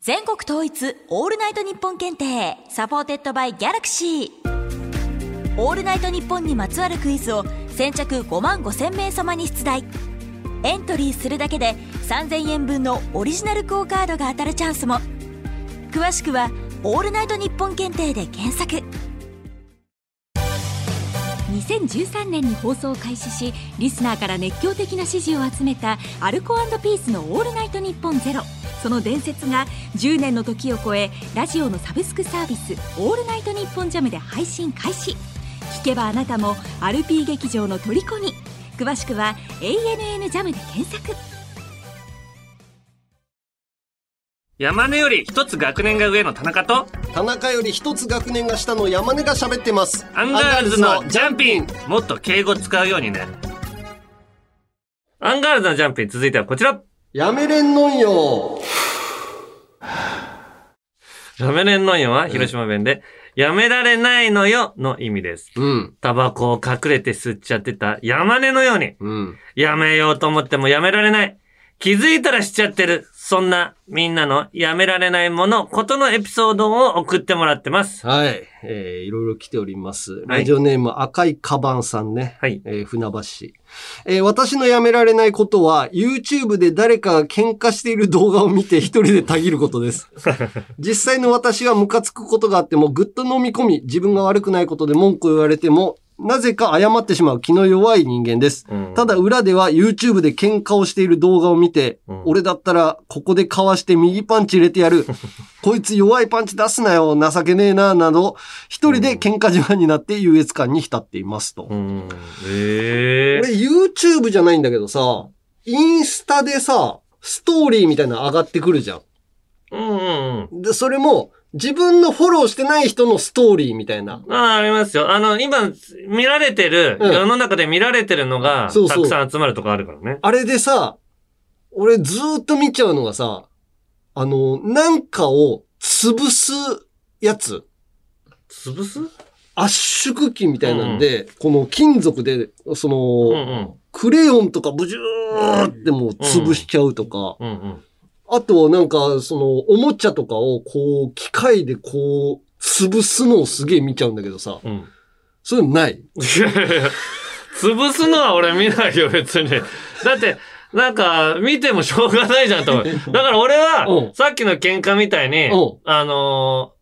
C: 全国統一オールナイトニッポン検定サポーテッドバイギャラクシーオールナイトニッポンにまつわるクイズを先着5万5千名様に出題エントリーするだけで3000円分のオリジナル quo カードが当たるチャンスも詳しくは「オールナイトニッポン検定」で検索2013年に放送を開始しリスナーから熱狂的な支持を集めたアルコピースの「オールナイトニッポンゼロその伝説が10年の時を超えラジオのサブスクサービス「オールナイトニッポンジャムで配信開始聞けばあなたもアルピー劇場の虜に詳しくは「ANN ジャムで検索
A: 山根より一つ学年が上の田中と
B: 田中より一つ学年が下の山根が喋ってます。
A: アンガールズのジャンピンもっと敬語使うようにねアンガールズのジャンピン続いてはこちら
B: やめれんのんよ。
A: やめれんのよは広島弁で、やめられないのよの意味です。
B: うん。
A: タバコを隠れて吸っちゃってた山根のように、
B: うん。
A: やめようと思ってもやめられない。気づいたらしちゃってる。そんなみんなのやめられないもの、ことのエピソードを送ってもらってます。
B: はい。えー、いろいろ来ております。
A: はい
B: ラジオネーム、赤いカバンさんね。
A: はい。
B: えー船橋市。えー私のやめられないことは、YouTube で誰かが喧嘩している動画を見て一人でたぎること です。実際の私はムカつくことがあっても、ぐっと飲み込み、自分が悪くないことで文句を言われても、なぜか謝ってしまう気の弱い人間です。
A: うん
B: ただ裏では YouTube で喧嘩をしている動画を見て、
A: うん
B: 俺だったらここでかわして右パンチ入れて やる。こいつ弱いパンチ出すなよ、情けねえな、など、一人で喧嘩自慢になって優越感に浸っていますと。
A: うん。ええ
B: 俺 YouTube じゃないんだけどさ、インスタでさ、ストーリーみたいなの上がってくるじゃ
A: うんうんうん。
B: ん。で、それも、自分のフォローしてない人のストーリーみたいな。
A: ああ、ありますよ。あの、今、見られてる、
B: うん
A: 世の中で見られてるのが、
B: そうそう
A: たくさん集まるとかあるからね。
B: あれでさ、俺ずーっと見ちゃうのがさ、あの、なんかを潰すやつ、
A: 潰す
B: 圧縮機みたいなんで、この金属で、その、
A: うんうん。
B: クレヨンとかブジューってもう潰しちゃうとか、
A: うんうん。
B: あとはなんか、その、おもちゃとかを、こう、機械でこう、潰すのをすげえ見ちゃうんだけどさ、
A: うん。
B: そういうのない。
A: いやいやいや潰すのは俺見ないよ、別に。だって、なんか、見てもしょうがないじゃんと思う。だから俺
B: う
A: は、
B: ん
A: さっきの喧嘩みたいに
B: うん、
A: あのー、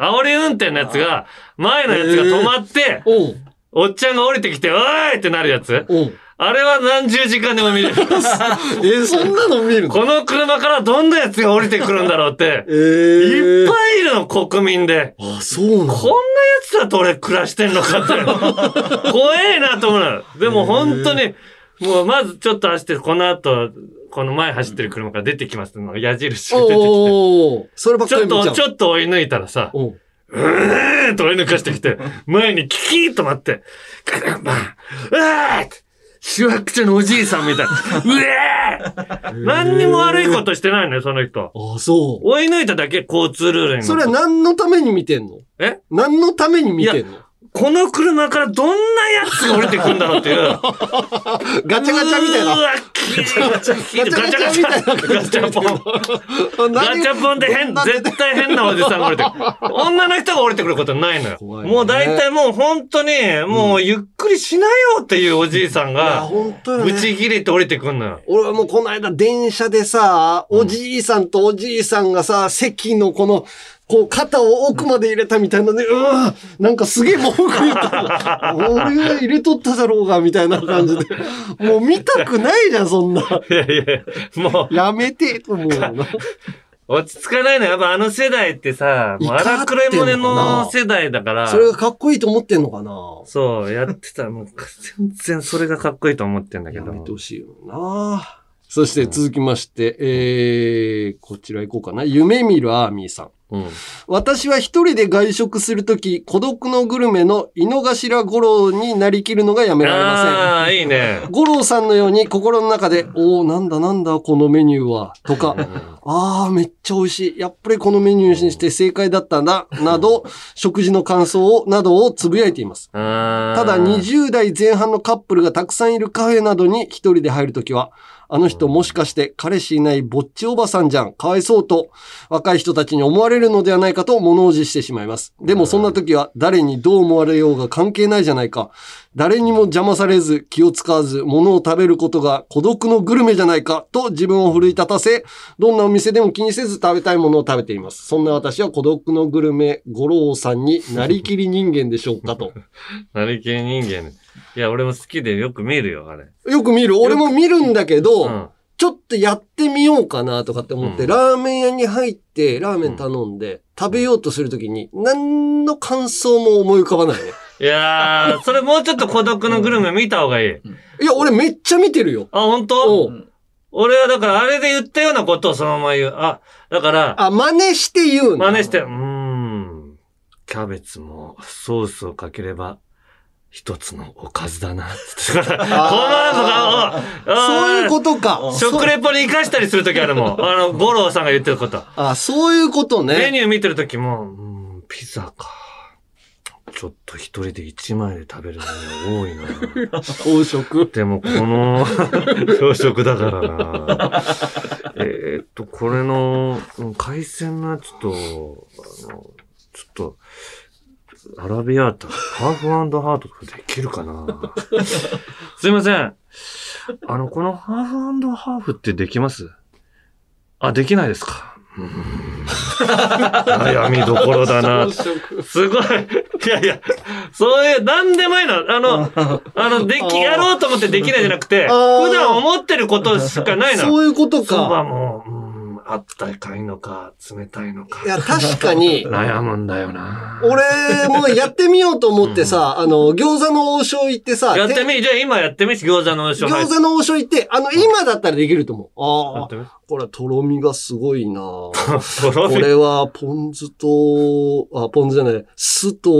A: 煽り運転のやつが、前のやつが止まって、
B: うん、
A: おっちゃんが降りてきて、おーいってなるやつ。
B: うん。
A: あれは何十時間でも見れる。
B: え、そんなの見るの
A: この車からどんなやつが降りてくるんだろうって
B: え、
A: い
B: ー
A: っぱいいるの、国民で。
B: あ、そうな
A: こんなやつだと俺暮らしてんの かって。怖えなと思うの。でも本当に、もうまずちょっと走って、この後、この前走ってる車から出てきますの矢印が
B: の
A: 出てき
B: おー、それば
A: て。
B: っ
A: ち
B: か
A: ょ
B: り
A: っ
B: 見ち
A: と、
B: ゃう。
A: ちょっと追い抜いたらさ、
B: うん
A: うーんと追い抜かしてきて、前にキキーッと待って、カランバン、うわーって、しわくちゃのおじいさんみたいな、うわー何にも悪いことしてないのよ、その人。
B: あ、そ
A: 追い抜いただけ交通ルール
B: う。
A: に
B: そ
A: 乗っ
B: れ
A: て。
B: は何のために見てんの
A: え
B: 何のために見てんの
A: この車からどんなやつが降りてくんだろうっていう。
B: ガチャガチャみたいうな。
A: わきガチャ
B: ガチャガチャみたいな
A: ガチ ャポン。 ガ
B: 何
A: チャポンで変、絶対変なおじさんが降りてくる。女の人が降りてくることないのよ。
B: 怖いね
A: もう大体もう本当に、もうゆっくりしなよっていうおじいさん
B: いや、
A: が、
B: 本当よ
A: ぶ
B: ね。
A: ち切れて降りてくんのよ。
B: 俺はもうこの間電車でさ、おじいさんとおじいさんがさ、席のこの、こう肩を奥まで入れたみたいなね、うわなんかすげえ文句言った。俺が入れとっただろうが、みたいな感 じで。もう見たくないじゃん、そんな。
A: いやいやいやもう、
B: やめて、と思うよな。
A: 落ち着かないのよ。やっぱあの世代ってさ、もう荒くれ者の世代だから。
B: それがかっこいいと思ってんのかな
A: そう、やってた。もう、全然それがかっこいいと思ってんだけ
B: や
A: ど。
B: めてほしいよな。そして続きまして、えー、こちら行こうかな。夢見るアーミーさん。
A: うん。
B: 私は一人で外食するとき、孤独のグルメの井の頭五郎になりきるのがやめられま
A: ああー、いいね
B: せ。ん。五郎さんのように心の中で、おーなんだなんだ、このメニューは、とか、あーめっちゃ美味しい。やっぱりこのメニューにして正解だったな、など、食事の感想を、などをつぶやいています。
A: た
B: ただ、20代前半のカップルがたくさんいるカフェなどに一人で入るときは、あの人もしかして彼氏いないぼっちおばさんじゃん、かわいそうと、若い人たちに思われるのではないかと物おじしてしまいます。でもそんなときは、誰にどう思われようが関係ないじゃないか。誰にも邪魔されず、気を使わず、物を食べることが孤独のグルメじゃないかと自分を奮い立たせ、どんなお店でも気にせず食べたいものを食べています。そんな私は孤独のグルメ、五郎さんになりきり人間でしょうかと。
A: なりきり人間ね。いや、俺も好きでよく見るよ、あれ。
B: よく見る。俺も見るんだけど、
A: うん。
B: ちょっとやってみようかなとかって思って、
A: うん
B: ラーメン屋に入って、ラーメン頼んで、食べようとするときに、何の感想も思い浮かばな いね。
A: いやー、それもうちょっと孤独のグルメ見た方がいい。
B: いや、俺めっちゃ見てるよ。
A: あ、本
B: お
A: 当
B: う
A: 俺はだからあれで言ったようなことをそのまま言う。あ、だから、
B: あ、真似して言うの。
A: 真似して、うーん、キャベツもソースをかければ、一つのおかずだ な。つってだからこの
B: あ
A: なんか、。
B: そういうこととか。
A: 食レポに生かしたりするときある もん。あの、五郎さんが言ってること。
B: あ、そういうこと
A: メ
B: ね。
A: ニュー見てるときも、うん、ピザか。ちょっと一人で一枚で食べるのが多いな。
B: 宝食。
A: でもこの 朝食だからな。 えーっと、これのうん海鮮のやつと、あの、ちょっと、アラビアータ、ハーフハートとかできるかな。すいません。あの、このハーフハーフってできますあ、できないですか。うーん悩みどころだな。
B: 食。
A: すごい。いやいや、そういう、なんでもいいの。あの、あの、でき、やろうと思ってできないじゃなくて、
B: あー
A: 普段思ってることしかないの。
B: そういうこと
A: そば
B: か。
A: も、うん、あったかいのか、冷たいのか
B: い、や、確 かに。
A: 悩むんだよな。
B: 俺もやってみようと思ってさ、あの、餃子の王将行ってさ、
A: やってみ、じゃあ今やってみし、餃子の王将。
B: 餃子の王将行って、あの、今だったらできると思う。
A: はいや
B: あ
A: っ
B: あ、
A: てみ。
B: これはとろみがすご いな
A: とろ
B: こ
A: み
B: れはポン酢と、あ、ポン酢じゃない、酢と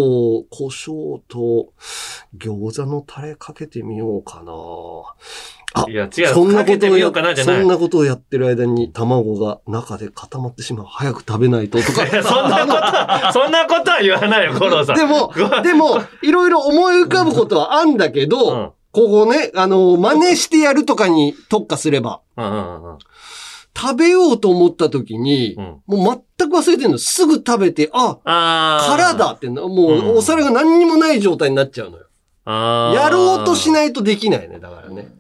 B: 胡椒と餃子のタレかけてみようかな。あ
A: いや、違う。
B: そんな
A: かけ
B: こと
A: て
B: を
A: み
B: や
A: ようかな、じゃ
B: そ
A: ない。
B: んなことをやってる間に卵が中で固まってしまう。早く食べないととか。
A: いやそんなこと、 そんなことは言わないよ、五郎さん。
B: でも
A: ごめ、ん
B: でも、いろいろ思い浮かぶことはあんだけど、
A: うん
B: ここね、あの、真似してやるとかに特化すれば、
A: うんうんうん
B: 食べようと思った時に、
A: うん。
B: もう全く忘れてるの。すぐ食べて、あ、
A: あー
B: からだってな、もう
A: うん
B: お皿が何にもない状態になっちゃうのよ。
A: あー
B: やろうとしないとできないね、だからね。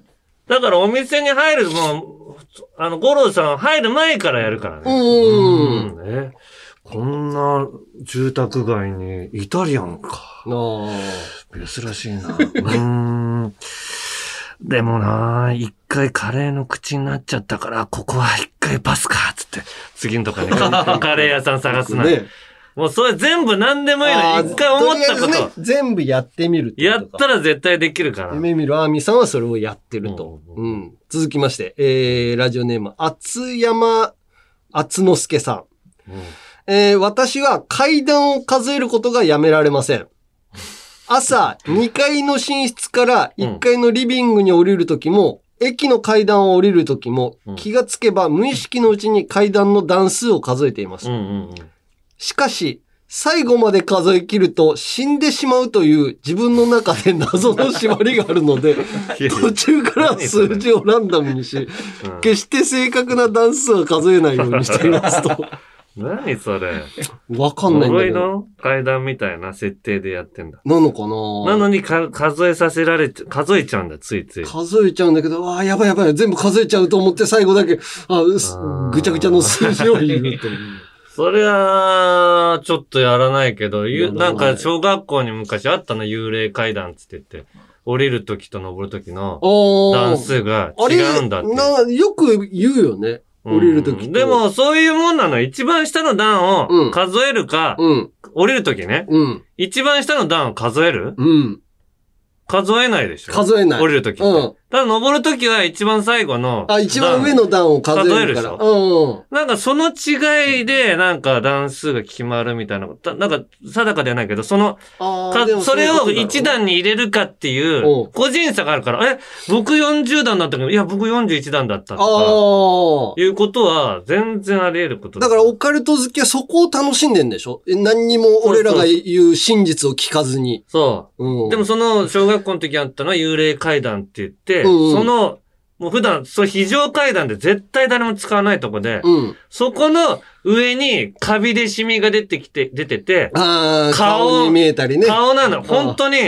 A: だからお店に入る、もう、あの、五郎さん入る前からやるから
B: う
A: ね。
B: ーん。
A: うんえこんな住宅街にイタリアンか。
B: なあ
A: 珍しいな。うーん。でもな、一回カレーの口になっちゃったから、ここは一回パスか、つって。次のと かね、カレー屋さん探すな。
B: ね。
A: もうそれ全部何でもいい
B: あ
A: の。
B: ー
A: 一回思った
B: と
A: こ
B: りあえ
A: と。
B: ずね、全部やってみるって
A: や
B: こ
A: っ
B: とか。
A: たら絶対できるから。
B: 夢見るアーミーさんはそれをやってると。
A: う
B: うんん続きまして、えー、ラジオネーム、厚山厚之助さん。
A: うん
B: えー、私は階段を数えることがやめられません。朝、2階の寝室から1階のリビングに降りるときも、駅の階段を降りるときも
A: うん、
B: 気がつけば無意識のうちに階段の段数を数えています
A: う。んうん うん。
B: しかし、最後まで数え切ると死んでしまうという自分の中で謎の縛りがある ので、途中から数字をランダムにし、
A: うん
B: 決して正確な段数は数えないようにしていますと。
A: 何それ。
B: わかんないんだ
A: 呪
B: け
A: い
B: ど。
A: の階段みたいな設定でやってんだ。
B: なのか
A: な
B: な
A: のにか数えさせられちゃ、数えちゃうんだ、ついつい。
B: 数えちゃうんだけど、ああ、やばいやばい、全部数えちゃうと思って最後だけ、あうす
A: あー
B: ぐちゃぐちゃの数字を言うという。
A: それは、ちょっとやらないけど、ゆ
B: やらな
A: ないんか小学校に昔あったの、幽霊階段つって言って、降りるときと登るときの
B: お
A: 段数が
B: あ
A: 違
B: れ、
A: うんだって。
B: な、よく言うよね。
A: うん
B: 降りる時と
A: でも、そういうもんなの。一番下の段
B: う
A: を
B: ん
A: 数えるか、
B: うん、
A: 降りるときね。
B: うん、
A: 一番下の段を数える
B: うん。
A: 数えないでしょ
B: 数えない
A: 降りるとき。
B: うん。
A: ただ登るときは一番最後の。
B: あ、一番上の段を数えるから。
A: 数
B: うん。
A: なんかその違いで、なんか段数が決まるみたいなこと、たなんか定かではないけど、その、
B: あ
A: か
B: ーでも
A: そう
B: い
A: れ
B: うこと
A: を
B: だろう、
A: 1段に入れるかっていううん個人差があるから、え、僕40段だったけど、いや、僕41段だったとか、
B: あ
A: いうことは全然あり得ること
B: あ。だから、オカルト好きはそこを楽しんでんでしょえ何にも俺らが言う真実を聞かずに。
A: そう。
B: うん。
A: でもその小学校の時あったのは幽霊階段って言って、
B: うんうん
A: その、もう普段、そう非常階段で絶対誰も使わないとこで、
B: うん。
A: そこの上にカビでシミが出てきて、出てて、
B: ああ、
A: 顔
B: 顔に見えたりね。
A: 顔なの、本当に、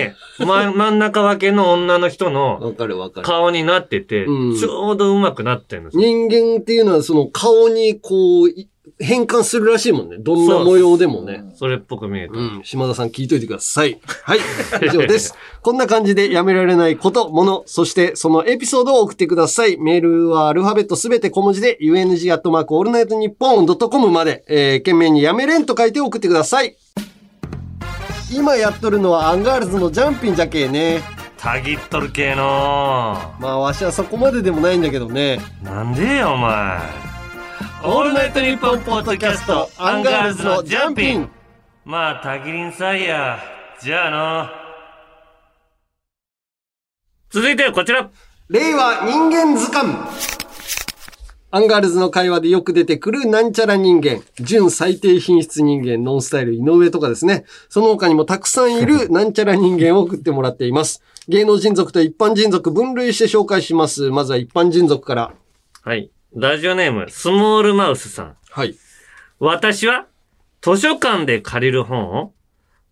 A: ま、真ん中分けの女の人の
B: わかるわかる。
A: 顔になってて、
B: うん
A: ちょうどうまくなってるんですよ。
B: 人間っていうのはその顔にこう、い変換するらしいもんね。どんな模様でもね。
A: それっぽく見えた。
B: うん。島田さん聞いといてください。 はい。以上です。こんな感じでやめられないこと、もの、そしてそのエピソードを送ってください。メールはアルファベットすべて小文字で、u n g a t m a r k o l n i g h t n i p p o n c o m まで、えー、懸命にやめれんと書いて送ってください。今やっとるのはアンガールズのジャンピンじゃけえね。
A: たぎっとる系の
B: まあわしはそこまででもないんだけどね。
A: なんでよ、お前。オールナイトニッポンポッドキャスト、アンガールズのジャンピン。。まあ、たぎりんさいや。じゃあの。続いてはこちら。
B: 令和人間図鑑アンガールズの会話でよく出てくるなんちゃら人間、純最低品質人間、ノンスタイル井上とかですね。その他にもたくさん いるなんちゃら人間を送ってもらっています。芸能人族と一般人族分類して紹介します。まずは一般人族から。
A: はい。ラジオネーム、スモールマウスさん。
B: はい。
A: 私は、図書館で借りる本を、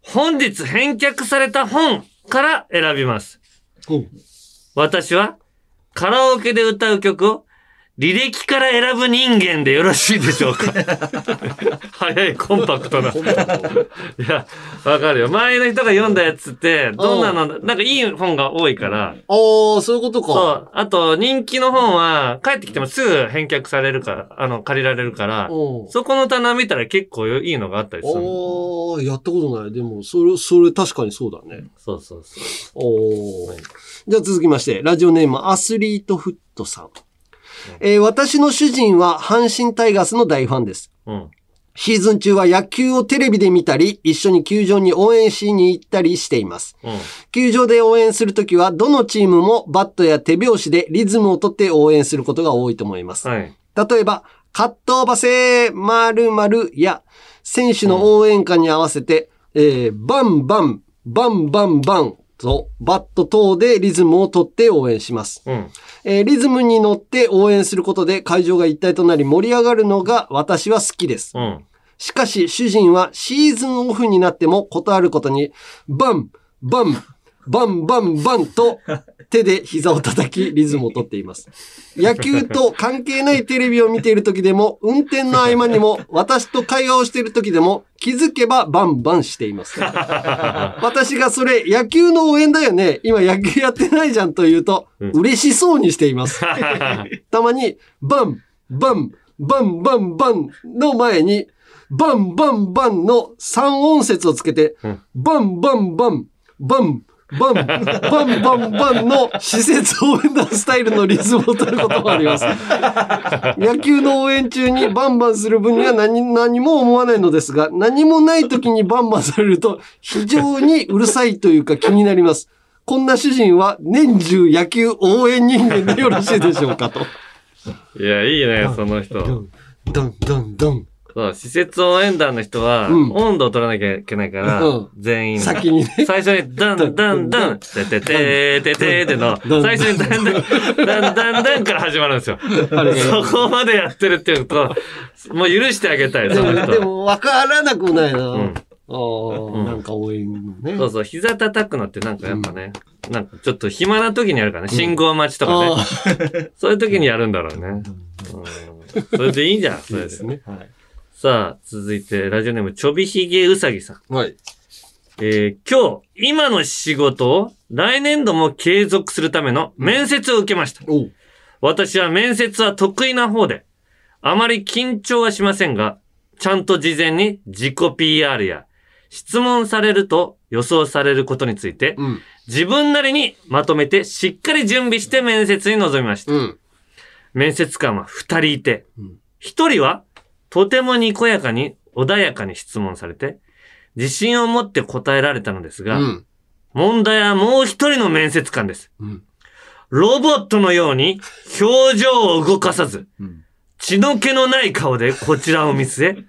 A: 本日返却された本から選びます。私はカラオケで歌う曲を履歴から選ぶ人間でよろしいでしょう か早い、コンパクトな。いや、わかるよ。前の人が読んだやつって、どんなの、なんかいい本が多いから、
B: あー、そういうこと
A: そ
B: か。
A: う。あと、人気の本は、帰ってきてもすぐ返却されるから、あの、借りられるから、
B: おー
A: そこの棚見たら結構いいのがあったりするの。
B: おーやったことない。でも、それ、それ確かにそうだね。
A: そうそうそう。
B: おーじゃあ続きまして、ラジオネームアスリートフットさん。えー私の主人は阪神タイガースの大ファンです。
A: うん。
B: シーズン中は野球をテレビで見たり、一緒に球場に応援しに行ったりしています。
A: うん。
B: 球場で応援するときは、どのチームもバットや手拍子でリズムをとって応援することが多いと思います。
A: はい。
B: 例えば、カットバセまるまるや、選手の応援歌に合わせて、えーバンバン、バンバンバンと、バット等でリズムをとって応援します。
A: うん。
B: えーリズムに乗って応援することで会場が一体となり盛り上がるのが私は好きです。
A: うん。
B: しかし、主人はシーズンオフになってもことあることに、バン、バン、バンバンバンと手で膝を叩きリズムをとってい ます。野球と関係ないテレビを見ている時でも、運転の合間にも、私と会話をしている時でも、気づけばバンバンして います。私がそれ、野球の応援だよね。今野球やってないじゃんと言うと、
A: うん
B: 嬉しそうにして います。たまに、バン、バン、バン、バン、バンの前に、バン、バン、バンの3音節をつけて
A: うん、
B: バン、バン、バン、バン、 バン、バン、バン、バンの施設応援団スタイルのリズムを取ることもあり ます。野球の応援中にバンバンする分には何何も思わないのですが、何もない時にバンバンされると非常にうるさいというか気になります。こんな主人は年中野球応援人間でよろしいでしょうかと。
A: いや、いいね、その人。
B: ドンドンドン。
A: そう、施設応援団の人は、
B: うん
A: 温度を取らなきゃいけないから、
B: うん
A: 全員。最
B: 先にね。
A: 初に、ダンダンダン、てててててての、
B: ダン
A: 最初にダンダン、ダンダンダンから始まるんですよ。
B: あれ
A: そ
B: が
A: こまでやってるっていうと、もう許してあげたい、
B: で
A: その
B: も、で
A: 人。
B: も分からなくもないな。
A: ん
B: あー
A: うん
B: なんか応援のね。
A: そうそう、膝叩くのってなんかやっぱね、なんかちょっと暇な時にやるからね、信号待ちとかね、
B: あ
A: そういう時にやるんだろうね。うんそれでいいんじゃん、そ
B: ーいい
A: れ
B: で。
A: です
B: ね。はい。
A: さあ、続いて、ラジオネーム、ちょびひげうさぎさん。
B: はい。
A: えー今日、今の仕事を来年度も継続するための面接を受けました。
B: おう
A: 私は面接は得意な方で、あまり緊張はしませんが、ちゃんと事前に自己 PR や質問されると予想されることについて、
B: うん。
A: 自分なりにまとめてしっかり準備して面接に臨みました。
B: うん。
A: 面接官は二人いて
B: うん、
A: 一、人はとてもにこやかに穏やかに質問されて、自信を持って答えられたのです
B: う
A: が、
B: ん。
A: 問題はもう一人の面接官です。
B: うん。
A: ロボットのように表情を動かさず、
E: うん
A: 血の気のない顔でこちらを見据え、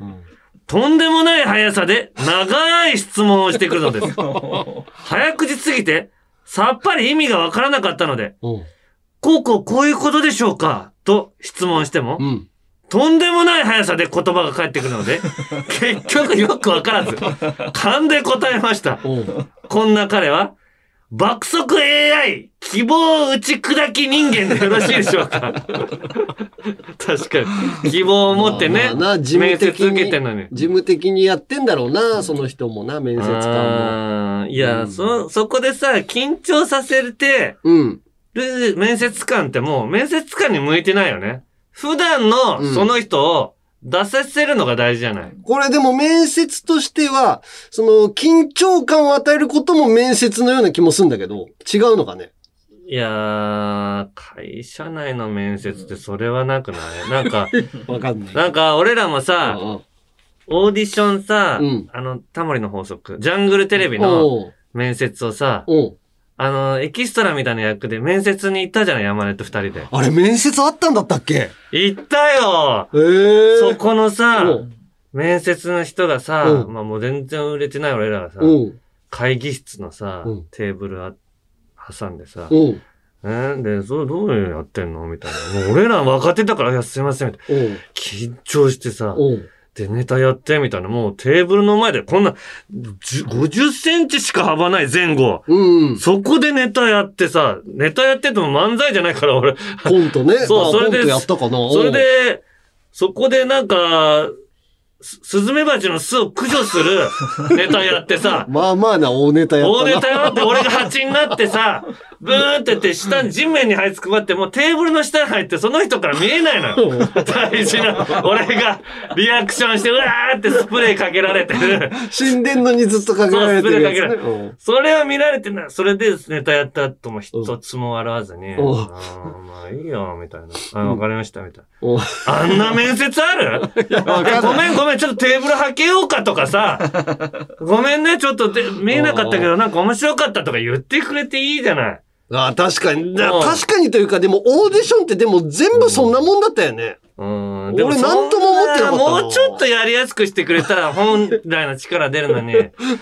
A: とんでもない速さで長い質問をしてくる のです。早口すぎて、さっぱり意味がわからなかったので、
B: おう
A: こうこうこういうことでしょうかと質問しても
B: う、ん。
A: とんでもない速さで言葉が返ってくるの で、結局よくわからず、勘で答えました。
B: おう
A: こんな彼は、爆速 AI、希望打ち砕き人間でよろしいでしょうか 確かに。希望を持ってね、
B: まあな事務
A: 面接
B: 的に
A: 受けてんのに。
B: 事務的にやってんだろうな、その人もな、面接官も。
A: あーいや、そ、そこでさ、緊張させて
B: うん。
A: る面接官ってもう、面接官に向いてないよね。普段の
B: うん
A: その人を出させるのが大事じゃない。
B: これでも面接としては、その緊張感を与えることも面接のような気もするんだけど、違うのかね。
A: いやー、会社内の面接ってそれはなくないなん か、
B: わかんない。
A: なんか俺らもさ、オーディションさ、
B: うん
A: あの、タモリの法則、ジャングルテレビの
B: おう
A: 面接をさ、
B: おう
A: あの、エキストラみたいな役で面接に行ったじゃない、山根と二人で。
B: あれ、面接あったんだったっけ
A: 行ったよ
B: ええ
A: そこのさ
B: おう、
A: 面接の人がさ、
B: うん
A: まあもう全然売れてない俺らがさ、
B: おう
A: 会議室のさ
B: うん、
A: テーブルあ挟んでさ、
B: おう
A: えーで、それどういうのやってんのみたいな。もう俺ら若手だから、いや、すいません、みたいな。
B: おう
A: 緊張してさ、
B: おう
A: で、ネタやって、みたいな。もうテーブルの前で、こんな、じゅ50センチしか幅ない前後。
B: うん。
A: そこでネタやってさ、ネタやってても漫才じゃないから、俺。
B: コントね。
A: そう
B: まあ
A: それで
B: コントやったかな。
A: それで、そこでなんか、すスズメバチの巣を駆除するネタやってさ
B: おう、まあまあな大ネタやったな。
A: 大ネタやって俺が蜂になってさ、ブーンってって下に地面に這いつくばって、もうテーブルの下に入ってその人から見えないのよ。大事な、俺がリアクションして、うわーってスプレーかけられてる。
B: 神殿のにずっとかけられてるや
A: そう
B: つ
A: そ
B: ね。おう
A: それを見られてな、それでネタやった後も一つも笑わずに、あ
B: お
A: ーまあいいよ、みたいな。あ、わかりました、みたい
B: おう
A: な。あんな面接ある
B: わかん
A: ご
B: ない
A: めんごめん、ちょっとテーブルはけようかとかさ、ごめんね、ちょっとで見えなかった けど、なんか面白かったとか言ってくれていいじゃない。
B: ああ確かに。だ
A: うん
B: 確かにというか、でもオーディションってでも全部そんなもんだったよね。
A: うん。
B: 俺なんとも思ってなかったな
A: そんもうちょっとやりやすくしてくれたら本来の力出るの に、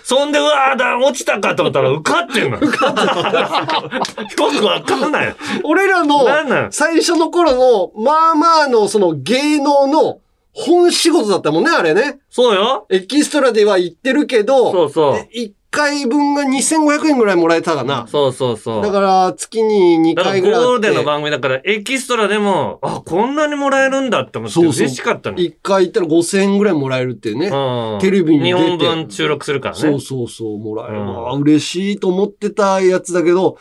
A: そんで、うわーだ、落ちたかと思ったら受かってんの。受かった。 よくわかんない。
B: 俺らの
A: なんなん
B: 最初の頃の、まあまあのその芸能の本仕事だったもんね、あれね。
A: そうよ。
B: エキストラでは行ってるけど、
A: そうそう。
B: 1回分が2500円ぐらいもらえたかな。
A: そうそうそう。
B: だから、月に2
A: だから
B: 回
A: ゴ
B: ぐらいあ
A: ー
B: っ
A: ル
B: て。
A: デンの番組だから、エキストラでも、あ、こんなにもらえるんだって思って
B: そうそう
A: 嬉しかったの。
B: 1回行ったら5000円ぐらいもらえるっていうね。
A: うん
B: テレビに出て
A: 日本分収録するからね。
B: そうそうそう、もらえる。
A: うん
B: まあ嬉しいと思ってたやつだけど、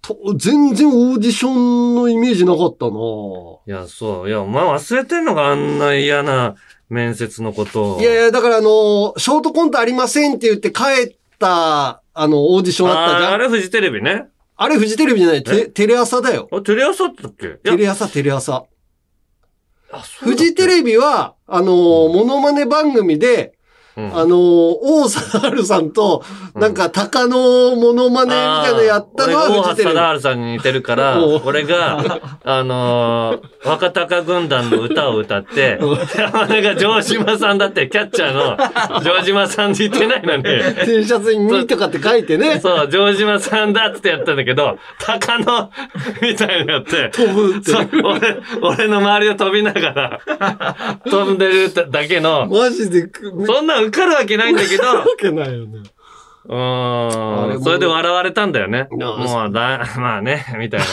B: と全然オーディションのイメージなかったなぁ
A: いや、そう。いや、お前忘れてんのか、あんな嫌な面接のことを。
B: いやいや、だからあの、ショートコントありませんって言って帰った、あの、オーディションあったじゃ
A: あ
B: ん。
A: あ
B: あれ
A: れフジテレビね。
B: フジテレビじゃない、テテレ朝だよ。
A: あ、テレ朝だっけ
B: テレ朝、テレ朝。フジテ
A: ビ、
B: レビは、あの、モノマネ番組で、
A: うん
B: あの、王貞治さんと、なんか、鷹のモノマネみたいなのやったの
A: あー俺が
B: はフ
A: 大
B: ジ
A: 橋
B: テレビ。
A: 貞治さんに似てるから、
B: おう
A: 俺が、あのー若鷹軍団の歌を歌 って、山根が城島さんだって、キャッチャーの城島さんに似てないのに、
B: T シャツに2とかって書いてね。
A: そう、城島さんだってやったんだけど、鷹の、みたいにやって、
B: 飛ぶって。
A: そう俺、俺の周りを飛びながら、飛んでるだけの、
B: マジで、くめっち
A: そんなん受かるわけないんだけど、
B: ゃわけないよね。
A: う
B: あ
A: ー
B: れ
A: ん。
B: も
A: それで笑われたんだよね。
B: なあ
A: もうだ、まあね、 みたいな。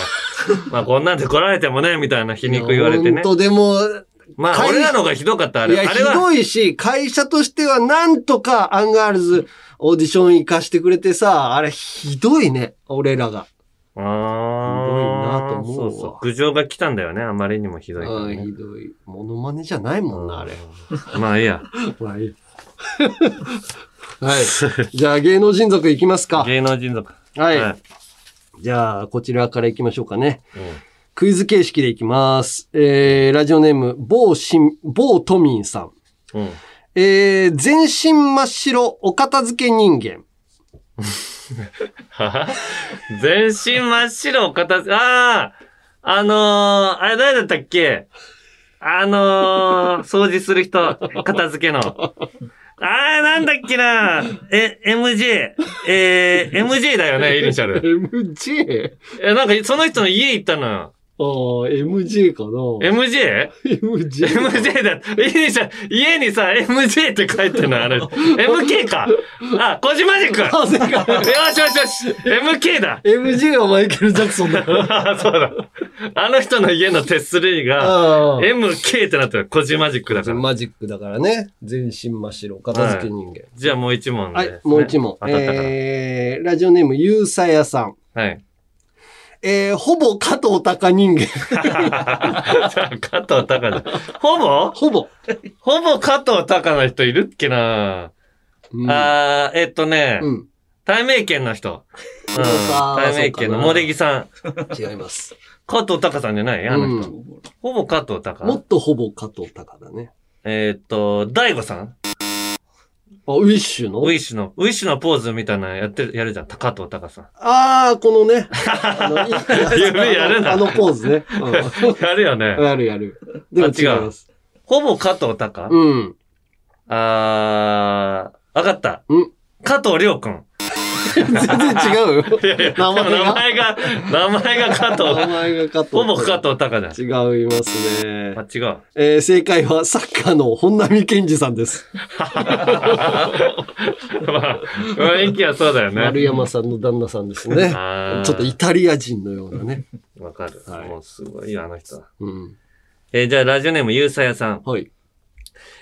A: まあこんなんで来られてもね、みたいな皮肉言われて
B: ほ
A: ね
B: ん。と、でも、
A: まあ
B: 会
A: 俺らの方がひどかった、あ
B: い
A: れ。
B: や、
A: あれ
B: ひ
A: は、
B: どいし、会社としてはなんとかアンガールズオーディション行かしてくれてさ、あれひどいね、俺らが。
A: あ
B: ひどいなと
A: ー
B: 思う
A: そ
B: わ
A: うそう。苦情が来たんだよね、あまりにもひどいから
B: うん
A: ね。
B: ひどい。モノマネじゃないもんな、あれ。
A: まあいいや。
B: まあいいはい。じゃあ芸能人族いきますか。
A: 芸能人族。
B: はい
A: はい
B: じゃあ、こちらから行きましょうかね。クイズ形式でいきます。えー、ラジオネーム、某しん、某都民さん。
A: うん。
B: えー、全身真っ白、お片付け人間。
A: はは 全身真っ白お片付け、あああのー、あれ誰だったっけあのー、掃除する人、片付けの。ああなんだっけなえ、MJ。えー、MJ だよね、イニシャル。
B: MJ?
A: え、なんかその人の家行ったのよ。
B: ああ、MJ かな
A: MJ?MJ
B: ?MJ。
A: だ。イニシャル、家にさ、MJ って書いてるの、あれ。MK か。あ、小島塾。よ
B: あ、正解。
A: しよしよし。MK だ。
B: MJ はマイケル・ジャクソンだ。
A: あ そうだ。あの人の家の手すりが、
B: あ
A: MK ってなってる。コジマジックだ
B: あ。
A: から。
B: マジックだからね。全身真っ白、お片付け人間。
A: じゃあもう一問
B: は
A: で
B: い、
A: すね
B: もう一問。
A: 当たったから。
B: えー、ラジオネーム、ゆうさやさん。
A: はい。
B: えー、ほぼ加藤隆人間。
A: 加藤隆で。ほぼ
B: ほぼ。
A: ほぼ加藤隆の人いるっけな、
B: うん
A: あー、えっとね、
B: うん。
A: 対名県の人。うん
B: さん
A: 対名県の
B: そうかな
A: 茂木さん。
B: 違います。
A: 加藤隆さんじゃないあの人。
B: うん
A: ほぼ加藤
B: も
A: 隆。
B: っとほぼ加藤隆だね。
A: えっと、大悟さん
B: あ、ウィッシュの
A: ウィッシュの、ウィッシュのポーズみたいなのやってる、やるじゃん。加藤隆さん。
B: ああ、このね。あのいい
A: 夢やるな
B: あのあのポーズね。
A: やるよね
B: うん。やるやる。でも違います。
A: ほぼ加藤隆、
B: うん。
A: あー、わかった。
B: うん
A: 加藤亮くん。
B: 全然違うよ。
A: いやいや、
B: 名前が
A: 名前が、名前が加
B: 名
A: 藤。
B: 前が加藤。
A: ほぼ加藤隆だ。
B: 違いますね。
A: あ、 違う。
B: えー正解はサッカーの本並健二さんです。
A: まあ、雰囲気はそうだよ
B: 丸
A: ね。
B: 山さんの旦那さんですね。
A: あー
B: ちょっとイタリア人のようなね。
A: わかる。
B: はい
A: もうすごいよ、あの人は。
B: うん。
A: えーじゃあラジオネーム、ゆうさやさん。
B: はい。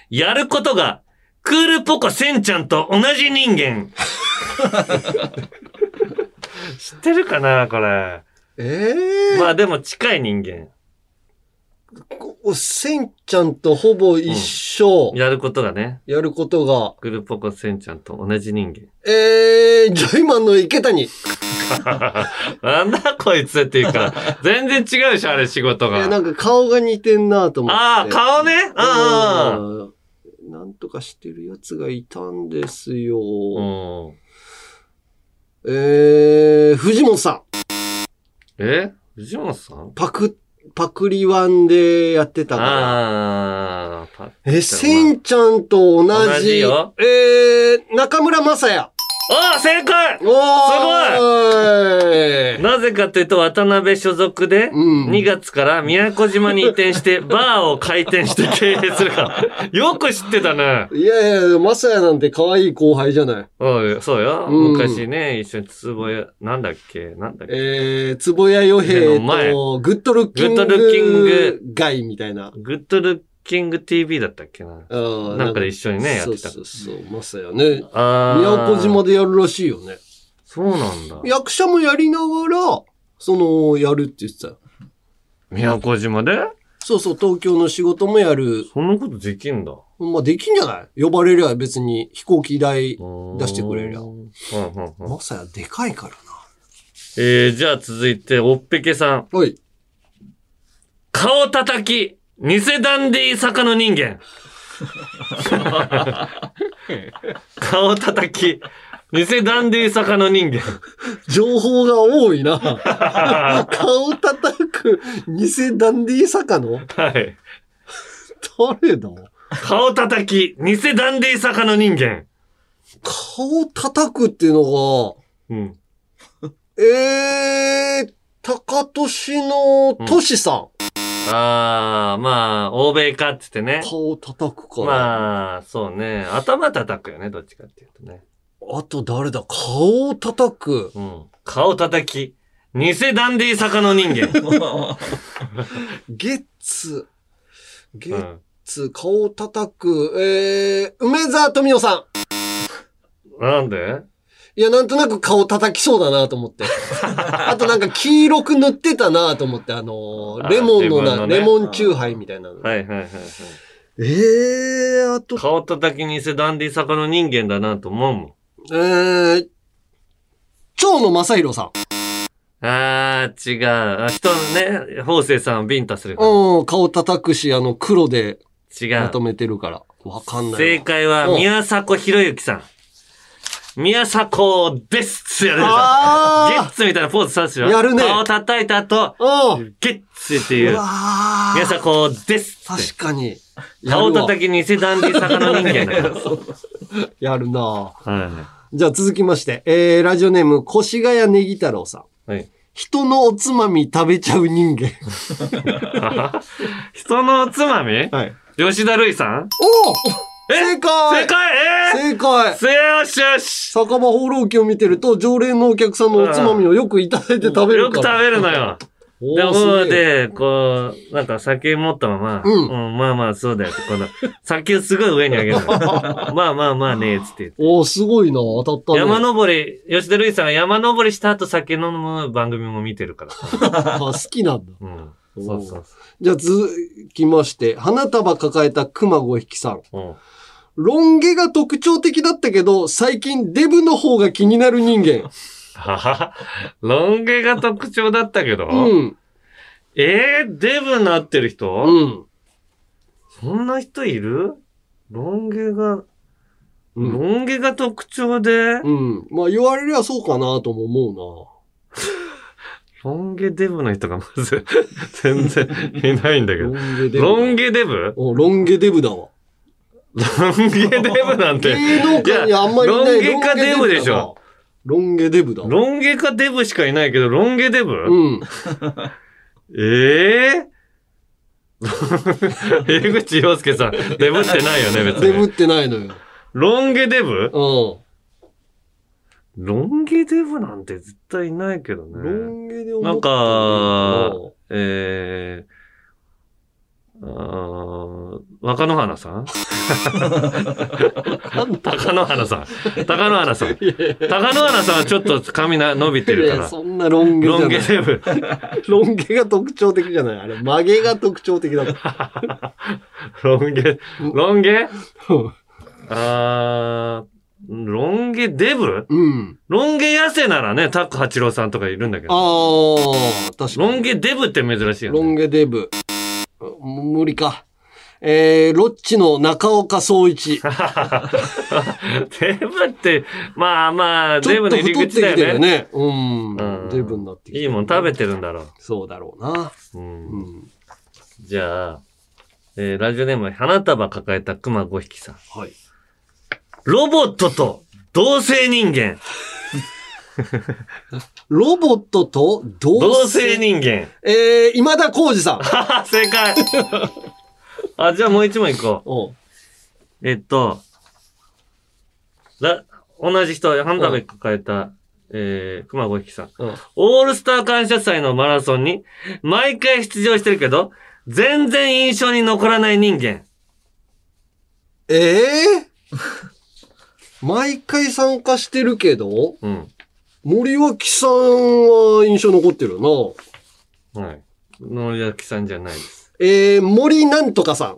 A: やることが、クールポコセンちゃんと同じ人 間。知ってるかなこれ。
B: ええ
A: まあでも近い人間。
B: おせんちゃんとほぼ一緒
A: やることがね。
B: やることが。
A: クールポコセンちゃんと同じ人間。
B: えー、ジョイマンの池谷。え
A: なんだこいつっていう か、全然違うでしょ、あれ仕事
B: ー
A: が。
B: なんか顔が似てんなと思って。
A: ああ、顔ね。うん
B: うん。なんとかしてるやつがいたんですよ。
A: うんうん。
B: えー、藤本さん。
A: え藤本さん
B: パク、パクリワンでやってたから。
A: ああ、パ
B: え、せんちゃんと同じ。
A: 同じよ
B: えー、中村正也。
A: あー正解
B: おーすごい
A: なぜかというと、渡辺所属で、
B: うん
A: 2月から宮古島に移転 して、バーを開店して経営するから。よく知ってたね。
B: いやいや、まさやなんて可愛い後輩じゃない。
A: うんそうよ。
B: うん
A: 昔ね、一緒に壺屋、なんだっけ、なんだっけ。
B: えー、つぼやよへ
A: の前
B: と、グッドルッキン
A: グッドルッキン
B: グ
A: グ
B: 外みたいな。
A: グッドルッキング TV だったっけな。
B: あ
A: なんかで一緒にねやってた
B: そうそうそう、まさやね。
A: ああ。
B: 宮古島でやるらしいよね。
A: そうなんだ。
B: 役者もやりながら、その、やるって言ってたよ。
A: 宮古島で
B: そうそう、東京の仕事もやる。
A: そんなことできんだ。
B: まあ、できんじゃない呼ばれりゃ別に飛行機代出
A: 出
B: してくれりゃ
A: う。んうんうん
B: まさやでかいからな。
A: えー、じゃあ続いて、おっぺけさん。
B: おい。
A: 顔叩き、偽ダンディ坂の人間。顔叩き、偽ダンディ坂の人間。
B: 情報が多い な。顔叩く、偽ダンディ坂野
A: はい。
B: 誰だ
A: 顔叩き、偽ダンディ坂の人間。
B: 顔叩くっていうの
A: うん。
B: が、えー、高俊のトシさ
A: あー、まあ、欧米かって言ってね
B: ん。。顔叩くから。
A: まあ、そうね。頭叩くよね、どっちかっていうとね。
B: あと誰だ顔叩く。
A: うん。顔叩き。偽ダンディ坂の人間。
B: ゲッツ。ゲ
A: う
B: ッ
A: ん。
B: ツ、顔叩く。えー、梅沢富美男さ
A: なんで
B: ん。いや、なんとなく顔叩きそうだなと思 って。あとなんか黄色く塗ってたなと思って、あのー
A: あー
B: レモン
A: レ
B: の
A: モン
B: な、
A: のね
B: レモンチューハイみたいなの。
A: はいはいはいはい。
B: ええあと、
A: 顔叩きにせダンディ坂の人間だなと思うもん。
B: えー、蝶野正宏さん。
A: あー、違う。あ人のね、方正さんをビンタするから。
B: うん、顔叩くし、あの、黒で
A: 違
B: ま
A: う。
B: とめてるから。わかんないわ。
A: 正解は、
B: うん
A: 宮迫博之さん。宮迫ですってやるでしょ。ゲッ
B: あ
A: ツみたいなポーズさすよ。
B: やるね
A: 顔叩いた後、
B: あうん。
A: ゲッツっていうう。
B: わー
A: 皆さんこう、ですって。
B: 確かに。
A: 顔叩
B: き。
A: きに偽ダンディ坂の人間だか
B: やるな
A: ら。は
B: じゃあ続きまして、えー、ラジオネーム、越谷ネギ太郎さん。
A: い。 はい。
B: 人のおつまみ食べちゃう人間。
A: 人のおつまみ
B: はい。
A: 吉田類さん
B: おお
A: え
B: 正解
A: 正解え
B: 正解
A: ーせよしよし
B: 酒場放浪記を見てると、常連のお客さんのおつまみをよくいただいて食べ
A: よ
B: る
A: く
B: か
A: 食
B: ら。
A: べるのよ。
B: お
A: で、
B: ーす
A: もう
B: げえ
A: で、こう、なんか酒持ったまま、
B: うん
A: んまあまあそうだよって、この、酒をすごい上に上げ るのよまあまあまあね、つって言って。
B: おーすごいな当たったね。
A: 山登り、吉田類さんは山登りした後酒飲む番組も見てるから。
B: あ好きなんだ。
A: うん。そうそうそ
B: じゃあ続きまして、花束抱えた熊五匹さ
A: う。
B: ん。
A: うん
B: ロン毛が特徴的だったけど、最近デブの方が気になる人間。
A: ははロン毛が特徴だったけど、
B: うん。
A: えー、デブなってる人、
B: うん。
A: そんな人いるロン毛が、
B: うん。
A: ロン毛が特徴で、
B: うん。まあ言われりゃそうかなとも思
A: ロン毛デブの人がまず 全然いないんだけ
B: うな。
A: ど
B: ロ。ン毛デ
A: ロン毛デブ
B: ブ。おロン毛デブだわ。
A: ロン毛デブなんて。
B: 芸能界にあんまりいない
A: いやロン毛かデブでしょ。
B: ロン毛デブだわ。
A: ロン毛かデブしかいないけど、ロン毛デブ、
B: うん。
A: ええー、 江口洋介さん、デブってないよね、別
B: デブっ
A: に。
B: てないのよ。
A: ロン毛デブ
B: うん。
A: ロン毛デブなんて絶対いないけどね。
B: ロン毛で
A: な
B: 思
A: ん
B: った
A: か
B: よ、
A: えー、あー若野花 さん 高野花さん。高野花さん。高野花さんはちょっと髪な伸びて
B: い
A: るか
B: や、
A: ら。
B: そんなロン毛じ
A: ロ
B: ゃ
A: ン
B: な
A: 毛
B: い。
A: デブ。
B: ロン毛が特徴的じゃない。あれ、曲げが特徴的だから。
A: ロン毛、ロン毛
B: うん
A: あー、ロン毛デブ
B: うん。
A: ロン毛痩せならね、タック八郎さんとかいるんだけ
B: あ
A: ど。
B: ー、確かに。
A: ロン毛デブって珍しいよ
B: ロン
A: ね。
B: 毛デブ。もう無理か。えー、ロッチの中岡総一。
A: デブって、まあまあ、
B: ち
A: デ
B: ょ
A: ブ
B: っと
A: の
B: 太
A: 入
B: っ
A: り
B: て
A: 口
B: き
A: だ
B: てる
A: よ
B: よ
A: ね。
B: ね。うん
A: うん。
B: デブになってきて
A: い
B: る
A: いもん食べてるんだろ
B: そうだろうな。
A: う。うん
B: うん。
A: じゃあ、えーラジオネーム、花束抱えた熊五匹さん。
B: はい。
A: ロボットと同性人間。
B: ロボットと同
A: 同性。人間。
B: えー、今田耕司 さん。
A: はは正解。あ、じゃあもう一問いこ
B: おう
A: う。えっと、ら、同じ人、花束抱えた、えー、熊五匹さん。
B: うん。
A: オールスター感謝祭のマラソンに、毎回出場してるけど、全然印象に残らない人間。
B: ええー、 毎回参加してるけど、
A: うん。
B: 森脇さんは印象残ってるよな。
A: はい。森脇さんじゃないです。
B: えー、森なんとかさ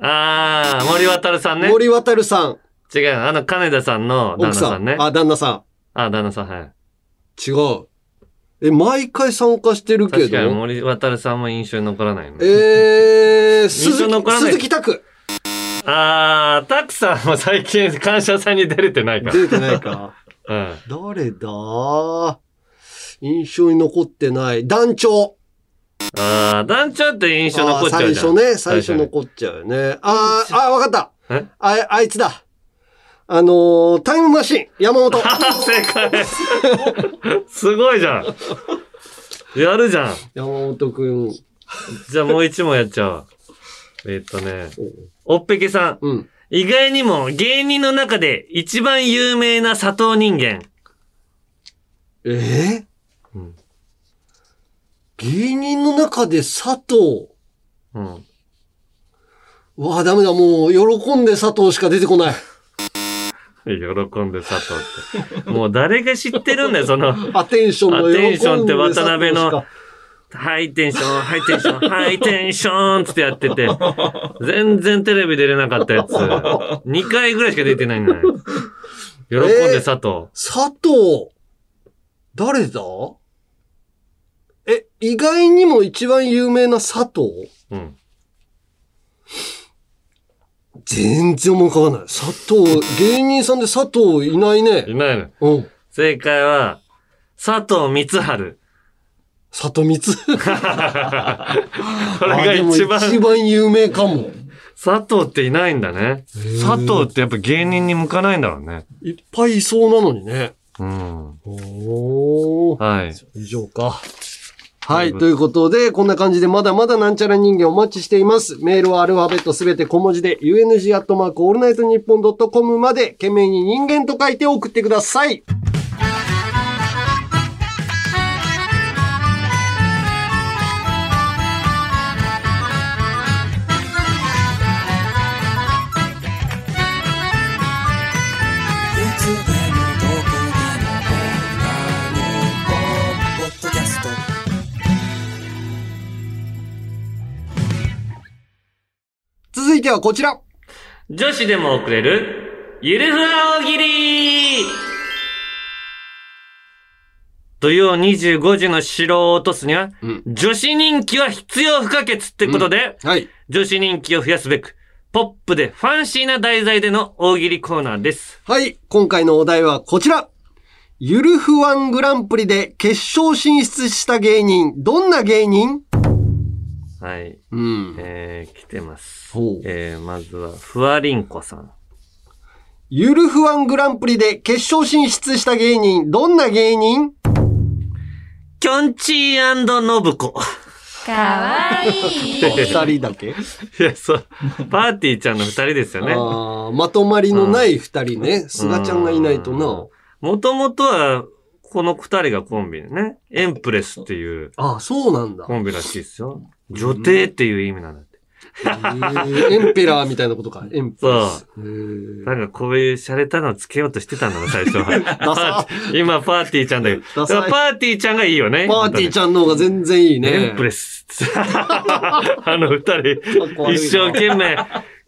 A: あー、森渡さん
B: ん。
A: ね。
B: 森渡さん。
A: 違う、あの、金田さんの旦那
B: 奥さん。
A: さんね。あ
B: あ、旦那さ
A: 旦那さん、はい。
B: ん。違う。え、毎回参加してるけ
A: 確かに
B: ど。
A: 森渡さんも印象に残らないの、ね。
B: えー、
A: 印象
B: 鈴
A: に残
B: 木、
A: らない
B: 鈴木拓。
A: あー、たくさんも最近、感謝さんに出れてないか
B: 出てないか。
A: ら。うん。
B: 誰だ印象に残ってない。団長。
A: あー、団長って印象残っちゃ
B: あ
A: う
B: ー
A: じゃん。
B: 最初ね、最初
A: に
B: 残っちゃうよね。あー、あー、わかった。
A: え
B: あ、あいつだ。あのー、タイムマシン、山 本。
A: 正解 すごいじゃんやるじゃん
B: 山本くん。
A: じゃあもう一問やっちゃおう。えっとね、おっぺけさん。
B: うん。
A: 意外にも芸人の中で一番有名な佐藤人間。
B: えー
A: うん
B: 芸人の中で佐藤。
A: うん。
B: わあ、ダメだ。もう、喜んで佐藤しか出てこない。
A: 喜んで佐 藤って。もう誰が知ってるんだよ、その。
B: アテンションの喜んで
A: アテンションって渡辺の
B: 佐藤しか
A: ハイテンション、ハイテンション、ハイテンションつってやってて、全然テレビ出れなかったやつ、2回ぐらいしか出てないんだね。喜んで佐藤。
B: 佐藤、誰だえ、意外にも一番有名な佐藤
A: うん。
B: 全然思い浮かばない。佐藤、芸人さんで佐藤いない
A: い
B: ね。
A: ないの。
B: うん。
A: 正解は、佐藤光春。
B: 佐藤光。
A: これが一番
B: あでも、一番有名かも。
A: 佐藤っていないんだね。
B: ー
A: 佐藤ってやっぱ芸人に向かないんだろうね。
B: いっぱいいそうなのにね。
A: うん。
B: おー。
A: はい。
B: 以上か。はい。ということで、こんな感じで、まだまだなんちゃら人間お待ちしています。メールはアルファベットすべて小文字で、UNG アットマークオールナイトニッポンドットコムまで、懸命に人間と書いて送ってください。続いてはこちら。
A: 女子でも送れる、ゆるふわ大喜利土曜25時の城を落とすには、
B: うん
A: 女子人気は必要不可欠ってことで、
B: はい。
A: 女子人気を増やすべく、ポップでファンシーな題材での大喜利コーナーです。
B: はい。今回のお題はこちら。ゆるふわんグランプリで決勝進出した芸人、どんな芸人
A: はい。
B: うん。
A: えー、来てます
B: ほう。
A: えー、まずは、ふわりんこさん。
B: ゆるふわんグランプリで決勝進出した芸人、どんな芸 人
A: きょんちーのぶこ。
C: かわいい
B: 二人だけ
A: いや、そう。 パーティーちゃんの二人ですよね。
B: あーまとまりのない二人ね。菅ちゃんがいないとな。
A: もともとは、この二人がコンビでね。エンプレスっていう
B: あ、そうなんだ。
A: コンビらしいですよ。女帝っていう意味なんだって。
B: へーエンペラーみたいなことか。エンペラー。へー
A: なんかこういう洒落たのつけようとしてたんだな、最初
B: サ
A: は。 今、パーティーちゃんだけど。
B: ダ
A: だ
B: サ
A: か
B: い
A: らパーティーちゃんがいいよね。
B: パーティーち
A: ゃん。
B: ゃんの方が全然いいね。
A: エンプレス。 あの二
B: っこ
A: 人、
B: 悪いな
A: 一生懸命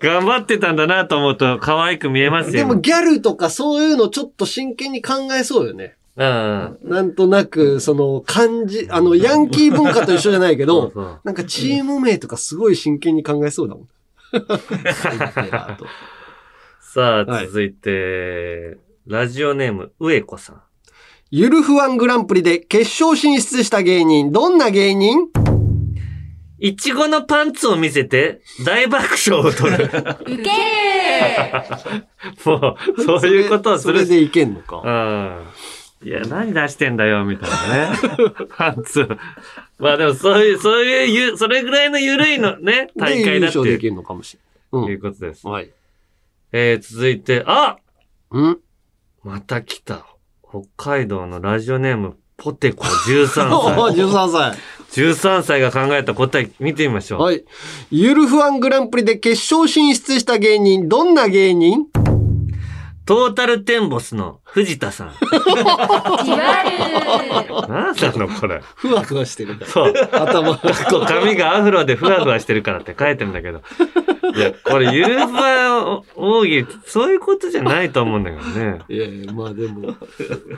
A: 頑張ってたんだなと思うと可愛く見えます
B: で
A: よ。
B: もギャルとかそういうのちょっと真剣に考えそうよね。
A: うん。
B: なんとなく、その、漢字、あの、ヤンキー文化と一緒じゃないけ
A: そ
B: ど
A: う、そう。
B: なんかチーム名とかすごい真剣に考えそうだもん。エンペラーと
A: さ
B: は
A: あ、
B: い
A: 続いて、ラジオネーム、上子さん。
B: ゆるふわんグランプリで決勝進出した芸人、どんな芸人
A: いちごのパンツを見せて、大爆笑を取る。
C: ウケる
A: もう、そういうことをする
B: それそれでいけんのか。
A: うん。いや、何出してんだよ、みたいなね。パンツ。まあでも、そういう、そういうゆ、それぐらいのゆるいのね、大
B: で優
A: 会だって
B: 勝でき
A: いう
B: るのかもしれない。
A: いうことです
B: うん。。はい。
A: えー、続いて、あ
B: うん
A: また来た。北海道のラジオネーム、ポテコ13
B: お
A: 歳。
B: ?13 歳。
A: 13歳が考えた答え見てみましょう。
B: はい。ゆるふわんグランプリで決勝進出した芸人、どんな芸人
A: トータルテンボスの藤田さん。
C: じわる
A: 何なのこれ。
B: ふわふわしてるんだ。
A: そう。
B: 頭が。
A: こう髪がアフロでふわふわしてるからって書いてんだけど。いや、これ、ゆるふわ奥義、そういうことじゃないと思うんだけどね。
B: いやいや、まあでも、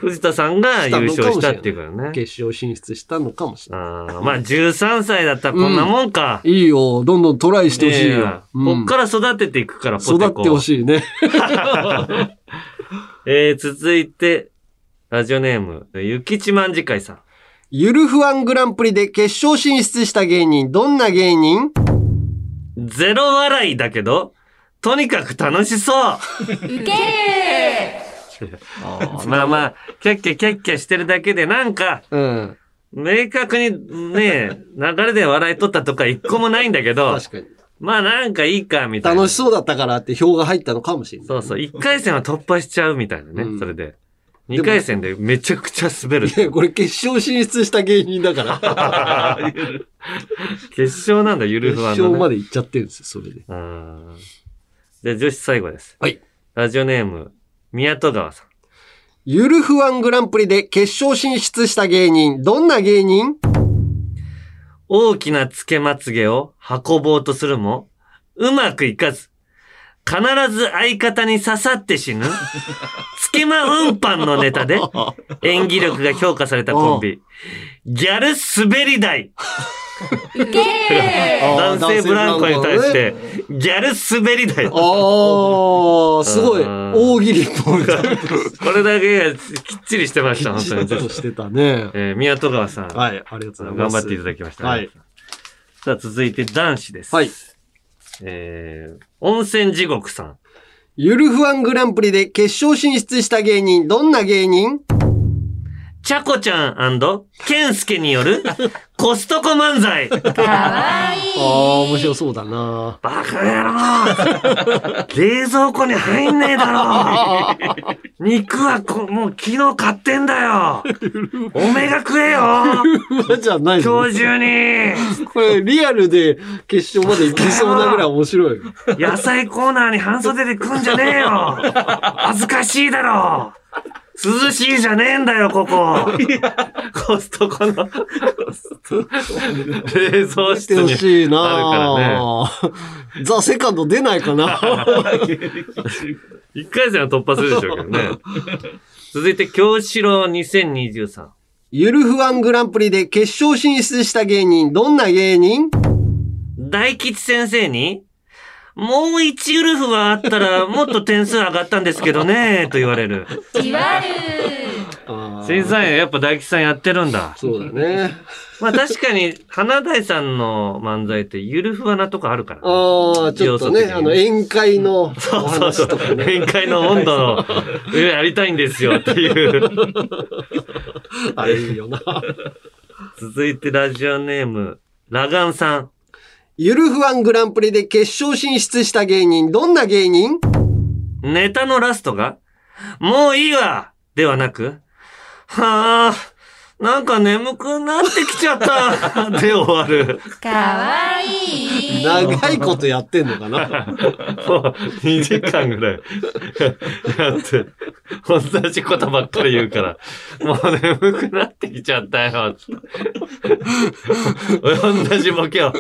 A: 藤田さんが優勝したっていうからね。
B: 決勝進出したのかもしれな
A: あーまあ、13歳だったらこんなもんか。
B: い。いいよ、どんどんトライしてほしい
A: いやい
B: よ
A: や。
B: う
A: こ
B: ん
A: っから育てていくから、ポ
B: 育
A: テ
B: って
A: コ
B: ほ
A: を。
B: しいね。
A: えー、続いて、ラジオネーム、ゆきちまんじかいさん。
B: ゆるふわんグランプリで決勝進出した芸人、どんな芸人
A: ゼロ笑いだけど、とにかく楽しそう。
C: ウケる
A: まあまあ、キャッキャキャッキャしてるだけで、なんか、
B: うん。
A: 明確にね、流れで笑い取ったとか一個もないんだけど、
B: 確かに。
A: まあなんかいいか、みたいな。
B: 楽しそうだったからって票が入ったのかもしれない。
A: そうそう。一回戦は突破しちゃうみたいなね、
B: うん
A: それで。二回戦でめちゃくちゃ滑る。
B: いや、これ決勝進出した芸人 だから。
A: 決勝なんだ、ゆる
B: 決
A: ふわ
B: 勝
A: の、
B: ま
A: ね。
B: で行っちゃってるんですよ、それで。
A: うんで、女子最後です。
B: はい。
A: ラジオネーム、宮戸川さん。
B: ゆるふわんグランプリで決勝進出した芸人、どんな芸人
A: 大きなつけまつげを運ぼうとするも、うまくいかず、必ず相方に刺さって死ぬ、つけま運搬のネタで演技力が評価されたコンビ、ギャル滑り台。
B: あー
A: 男性ブランコに対し
B: 男性ブランコ
A: て
B: のね、
A: ギャル滑り台。こ
B: ああ、すごい。
A: うん
B: 大喜利っぽい。
A: れだけがきっちりしてました、本当
B: ちょっ と
A: に。
B: してたね。
A: えー宮戸川さん、
B: はい、ありがとうございま
A: 頑
B: す。
A: 張っていただきました。
B: はい。
A: さあ、続いて男子です。
B: はい。
A: えー、温泉地獄さん。
B: ゆるふわんグランプリで決勝進出した芸人、どんな芸 人
A: チャコちゃんケンスケによるコストコ漫才。
C: かわいい
B: ああ、面白そう だな。
A: バカ野郎冷蔵庫に入んねえだろ肉はこもう昨日買ってんだよおめが食えよ
B: じゃあない
A: 今
B: の
A: 日中に
B: これ、リアルで決勝まで行きそうなぐらい面白い。
A: 野菜コーナーに半袖で来んじゃねえよ恥ずかしいだろ涼しいじゃねえんだよ、ここ。コストコの、冷蔵
B: 来てほしいな
A: あ
B: ザ・セカンド出ないかな
A: 一回戦は突破するでしょうけど ね。続いて、京志郎2023。
B: ゆるふわんグランプリで決勝進出した芸人、どんな芸人
A: 大吉先生に、もう1ウルフはあった らもっと点数上がったんですけどね、と言われる。
C: いわ
A: 審査員はやっぱ大吉さんやってるんだ。
B: そうだね。
A: まあ確かに、花大さんの漫才ってゆるふわなとこあるから、ね。
B: ああ、ちょっと
A: 要素的
B: ね、
A: に
B: あの、宴会のお
A: そうそ
B: 話
A: う
B: とかね。
A: 宴会の温度の上やりたいんですよっていう。
B: あれいいよな。
A: 続いてラジオネーム、ラガンさん。
B: ゆるふわんグランプリで決勝進出した芸人、どんな芸人
A: ネタのラストが、もういいわではなく、はあ、なんか眠くなってきちゃった で終わる。
C: かわいい
B: 長いことやってんのか
A: も
B: な
A: う2時間ぐらいやって、同じことばっかり言うから、もう眠くなってきちゃったよ。同じボケを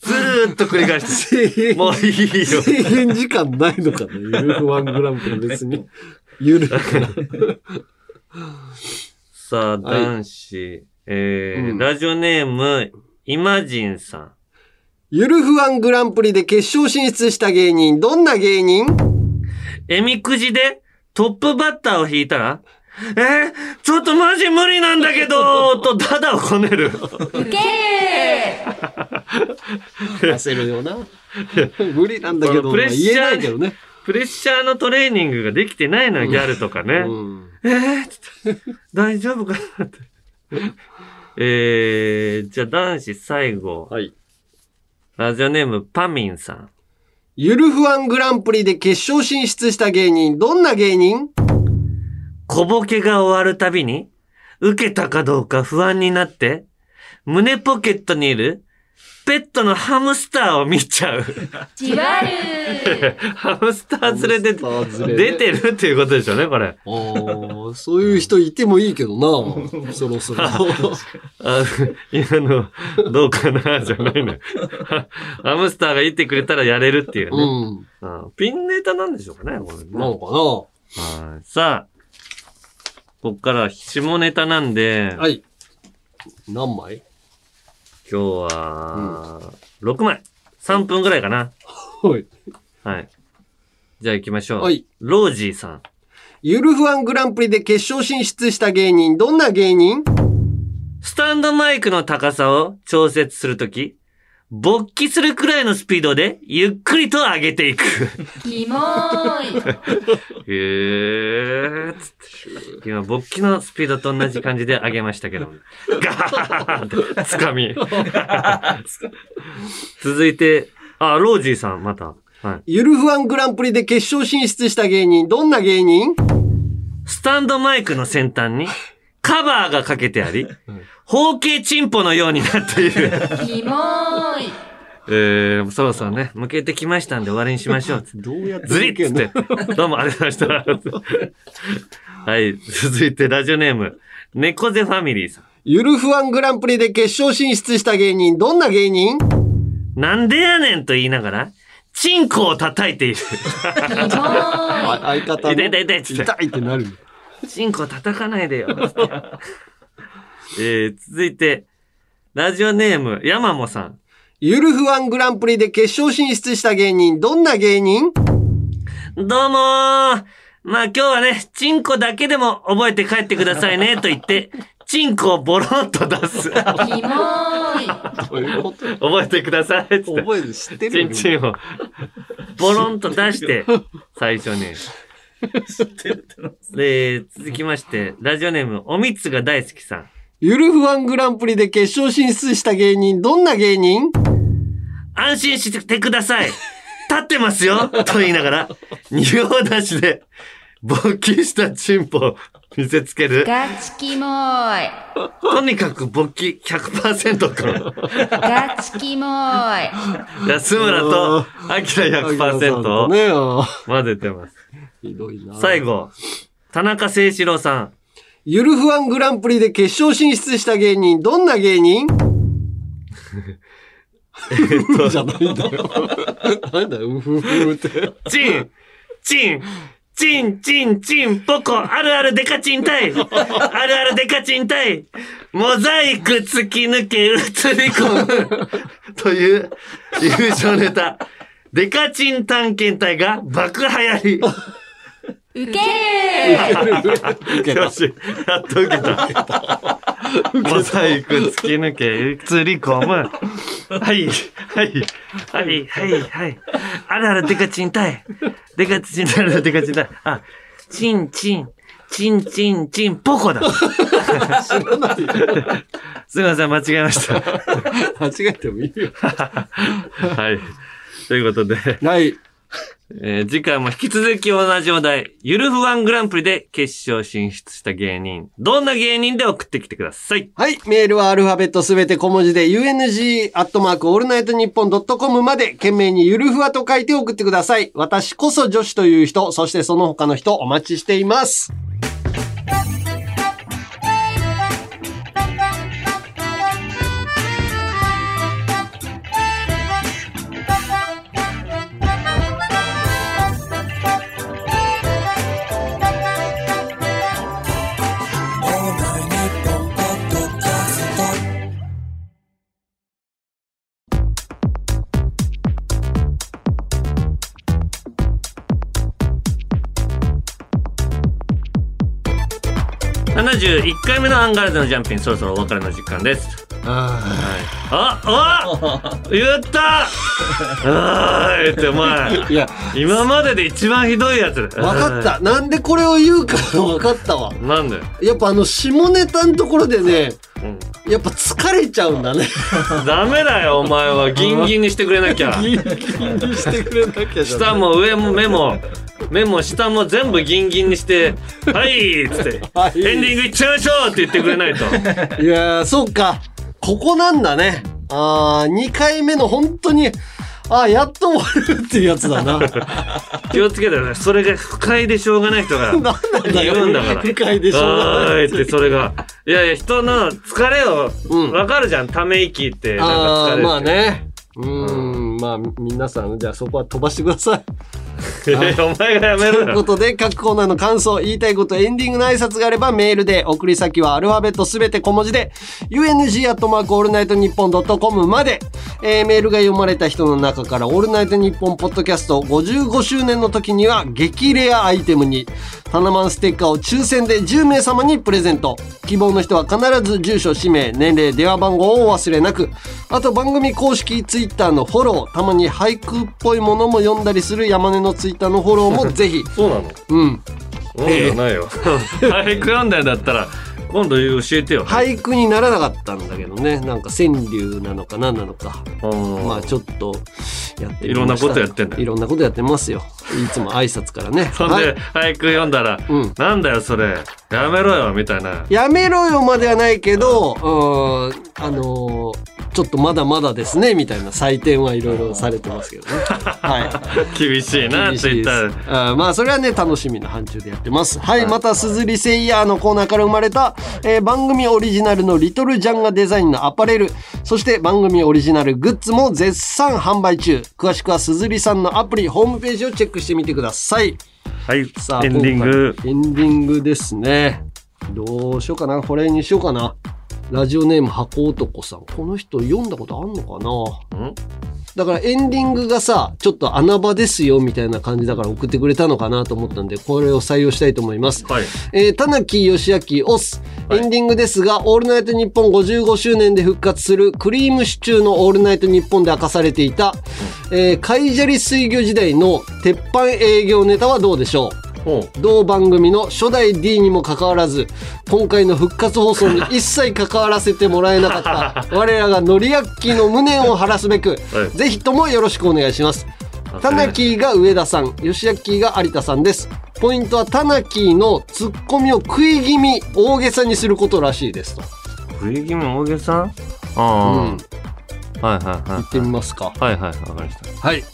A: ずーっと繰り返して、
B: 制限
A: もういいよ。
B: 制限時間ないのかなゆるふわんグランプリ別 に。ゆるくない。
A: さあ、
B: はい
A: 男子、えー
B: うん
A: ラジオネーム、イマジンさん。
B: ゆるふわんグランプリで決勝進出した芸人、どんな芸 人
A: えみくじでトップバッターを引いたら、えーちょっとマジ無理なんだけ ど、とダダをこねる。
C: ウケる
B: 焦るよな。 無理なんだけど、
A: プレッシャー
B: 言えないけどね。
A: プレッシャーのトレーニングができてないのよ、ギャルとかね。
B: うん
A: えー、ちょっと大丈夫かなって。えー、じゃあ男子最後。
B: はい。
A: ラジオネーム、パミンさん。
B: ゆるふわんグランプリで決勝進出した芸人、どんな芸人
A: 小ボケが終わるたびに、受けたかどうか不安になって、胸ポケットにいる、ペットのハムスターを見ちゃう。
C: じわる
A: ハムスター連れて、
B: ハムスター連れ
A: 出てるっていうことでしょうね、これ。
B: あーそういう人いてもいいけ どな、そろそろ。
A: あ今の、どうかな、じゃないのよ。 ハハムスターが言ってくれたらやれるっていう
B: う
A: ね。
B: ん。
A: あピンネタなんでしょうかね、これね。
B: なのか
A: はいさあ、こっから下ネタなんで、
B: なはい。何枚
A: 今日は、6枚。3分ぐらいかな。
B: はい。
A: はい。じゃあ行きましょう。
B: はい
A: ロージーさん。
B: ゆるふわんグランプリで決勝進出した芸人、どんな芸人
A: スタンドマイクの高さを調節するとき、勃起するくらいのスピードでゆっくりと上げていく。
C: キモーい
A: へえーっつって。今、勃起のスピードと同じ感じで上げましたけど。ガーッて、つかみ。続いて、あ、ロージーさん、また。はい。
B: ゆるふわんグランプリで決勝進出した芸人、どんな芸人
A: スタンドマイクの先端に、カバーがかけてあり、方形チンポのようになっている。
C: キモーい
A: えー、そろそろね、向けてきましたんで終わりにしましょう つって。
B: どうやって
A: ずりっつって。どうもありがとうございました。はい、続いてラジオネーム、猫背ファミリーさん。
B: ゆるふわんグランプリで決勝進出した芸人、どんな芸人
A: なんでやねんと言いながら、チンコを叩いている。
B: あ相方
A: 痛
B: の。
A: い痛い痛いっつって
B: 痛いってなる。
A: チンコ叩かないで よ。えー、続いて、ラジオネーム、山もさん。
B: ゆるふわんグランプリで決勝進出した芸人、どんな芸人
A: どうもーまあ今日はね、チンコだけでも覚えて帰ってください ね、と言って、チンコをボロンと出す。覚
F: キモーい。
B: どういうこと
A: えてください、つって。
B: 覚える、知って
A: チ
B: る
A: ンチンを、ボロンと出して、最初に。で、続きまして、ラジオネーム、おみつが大好きさん。
B: ゆるふわんグランプリで決勝進出した芸人、どんな芸人
A: 安心してください。立ってますよと言いながら、仁王出しで、勃起したチンポを見せつける。
F: ガチキモーい。
A: とにかく勃起100%君。
F: ガチキモーい。
A: 安村と、アキラ100%を
B: ねあ
A: 混ぜてます。
B: ーひどいな。
A: 最。後、田中誠志郎さん。
B: ゆるふわんグランプリで決勝進出した芸人、どんな芸人じゃないんだよ。なんだよ、うふふって。
A: チン、チン、チン、チン、チン、ポコ、あるあるデカチンタイ、あるあるデカチンタイ、モザイク突き抜け映り込 む、という優勝ネタ、デカチン探検隊が爆流行
F: ウケる
A: り。よし、やっと受けた。モザイク突き抜け映り込む。はい、はい、はい、はい、はい。あるあるデカチンタイ。デカチンタイ、あるあるデカチンタイ。あ、チンチン、チンチンチン、ポコだ。すみません、間違えました。
B: 間違えてもいいよ。
A: はい。ということで、
B: ない。
A: えー次回も引き続き同じお題、ゆるふわんグランプリで決勝進出した芸人、どんな芸人で送ってきてください。
B: はい。メールはアルファベットすべて小文字で、UNG、アットマーク、オールナイトニッポンドットコムまで、懸命にゆるふわと書いて送ってください。私こそ女子という人、そしてその他の人、お待ちしています。
A: 71回目のアンガールズのジャンピング、そろそろお別れの時間です。
B: あ
A: あ、あ、言った。あーいってお前
B: あ。いや、
A: 今までで一番ひどいやつ。わ
B: わかっ。た。なんでこれを言うか わかったわ。
A: なんで。
B: やっぱあの、下ネタのところでね、
A: うん
B: やっぱ疲れちゃうんだね。
A: ダメだよお前はギンギンにしてくれなきゃ。
B: 気にしてくれなきゃじゃない
A: 下も上も目も目も下も全部ギンギンにして「はい」っつって
B: は
A: 「
B: い
A: エンディングいっちゃいましょう」って言ってくれないと
B: いやー、そうか。ここなんだね。あー、2回目の本当に、あー、やっと終わるっていうやつだな。
A: 気をつけてねそれが不快でしょうがない人が
B: なんだ
A: 言
B: よ。
A: うんだから。
B: 不快でしょうが
A: は
B: な
A: ー
B: い
A: いってそれがいやいや人の疲れを
B: うん
A: わかるじゃんため息ってなんか疲
B: あ
A: れ
B: ー、
A: る
B: まあね。うーん、まあ、皆さん、じゃあそこは飛ばしてく ださい。
A: い やお前がやめ
B: と
A: ろ
B: いうこ
A: よ
B: とで、各コーナーの感想、言いたいこと、エンディングの挨拶があればメールで、送り先はアルファベットすべて小文字で、UNG アットマークオールナイトニッポンドットコムまで、えーメールが読まれた人の中から、オールナイトニッポンポッドキャスト55周年の時には、激レアアイテムに、タナマンステッカーを抽選で10名様にプレゼント。希望の人は必ず住所、氏名、年齢、電話番号をお忘れなく。あと番組公式ツイッターのフォロー、たまに俳句っぽいものも読んだりする山根のツイッターのフォローもぜひ。
A: そうなの
B: うん。
A: そうじゃないよ俳句読んだんだったら今度教えてよ
B: 俳句にならなかったんだけどね。なんか川柳なのか何なのか。ま
A: ま
B: あちょっとやって
A: い
B: みました
A: ろんなことやってんだ
B: いろんなことやってますよ。いつも挨拶か らね。
A: そん
B: は
A: で
B: い、
A: 俳句読んだら
B: うん
A: 「なんだよそれやめろよ」みたいな
B: やめろよまではないけど、うん、あのーちょっとまだまだですね、みたいな採点はいろいろされてますけ どね。はい。
A: 厳しいな
B: 厳し
A: ツイ
B: い
A: ッ
B: で
A: タ
B: す
A: ー
B: あーまあそれはね楽しみの範疇でやってますはい、また「すずりセイヤー」のコーナーから生まれた、えー番組オリジナルのリトルジャンがデザインのアパレルそして番組オリジナルグッズも絶賛販売中詳しくはすずりさんのアプリホームページをチェックしてみてください
A: はい
B: さあ
A: エンディング
B: 今回エンディングですねどうしようかなこれにしようかなラジオネーム箱男さんこの人読んだことあんのかなんだからエンディングがさ、ちょっと穴場ですよみたいな感じだから送ってくれたのかなと思ったんで、これを採用したいと思います。
A: はい
B: えー、田中義明オス。エンディングですが、オールナイトニッポン55周年で復活するクリームシチューのオールナイトニッポンで明かされていた、えー、カイジャリ水魚時代の鉄板営業ネタはどうでしょう
A: おう
B: 同番組の初代 D にもかかわらず今回の復活放送 に一切関わらせてもらえなかった我らがノリアッキーの無念を晴らすべく、
A: はい
B: ぜひともよろしくお願いします
A: わか
B: タ
A: りました
B: ナキーが上田さん吉アッキーが有田さんですポイントはタナキーのツッコミを食い気味大げさにすることらしいですと
A: 食い気味大げさああはいはい
B: 言
A: は
B: ってみますか
A: いはいはいはいわかりました
B: はい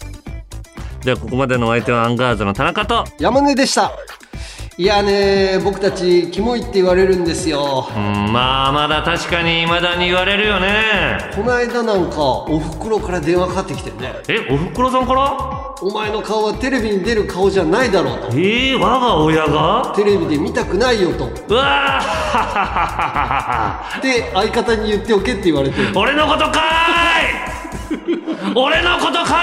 A: じゃあここまでのお相手はアンガールズの田中と
B: 山根でしたいやね僕たちキモいって言われるんですよ
A: うんまあまだ確かに未だに言われるよね
B: この間なんかお袋から電話かかってきてね
A: えおふくろさんから
B: お前の顔はテレビに出る顔じゃないだろうと。
A: えー、我が親が
B: テレビで見たくないよと。
A: うわあ
B: で、相方に言っておけって言われて。
A: 俺のことかーい俺のことか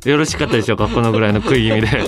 A: ーいよろしかったでしょうかこのぐらいの食い気味で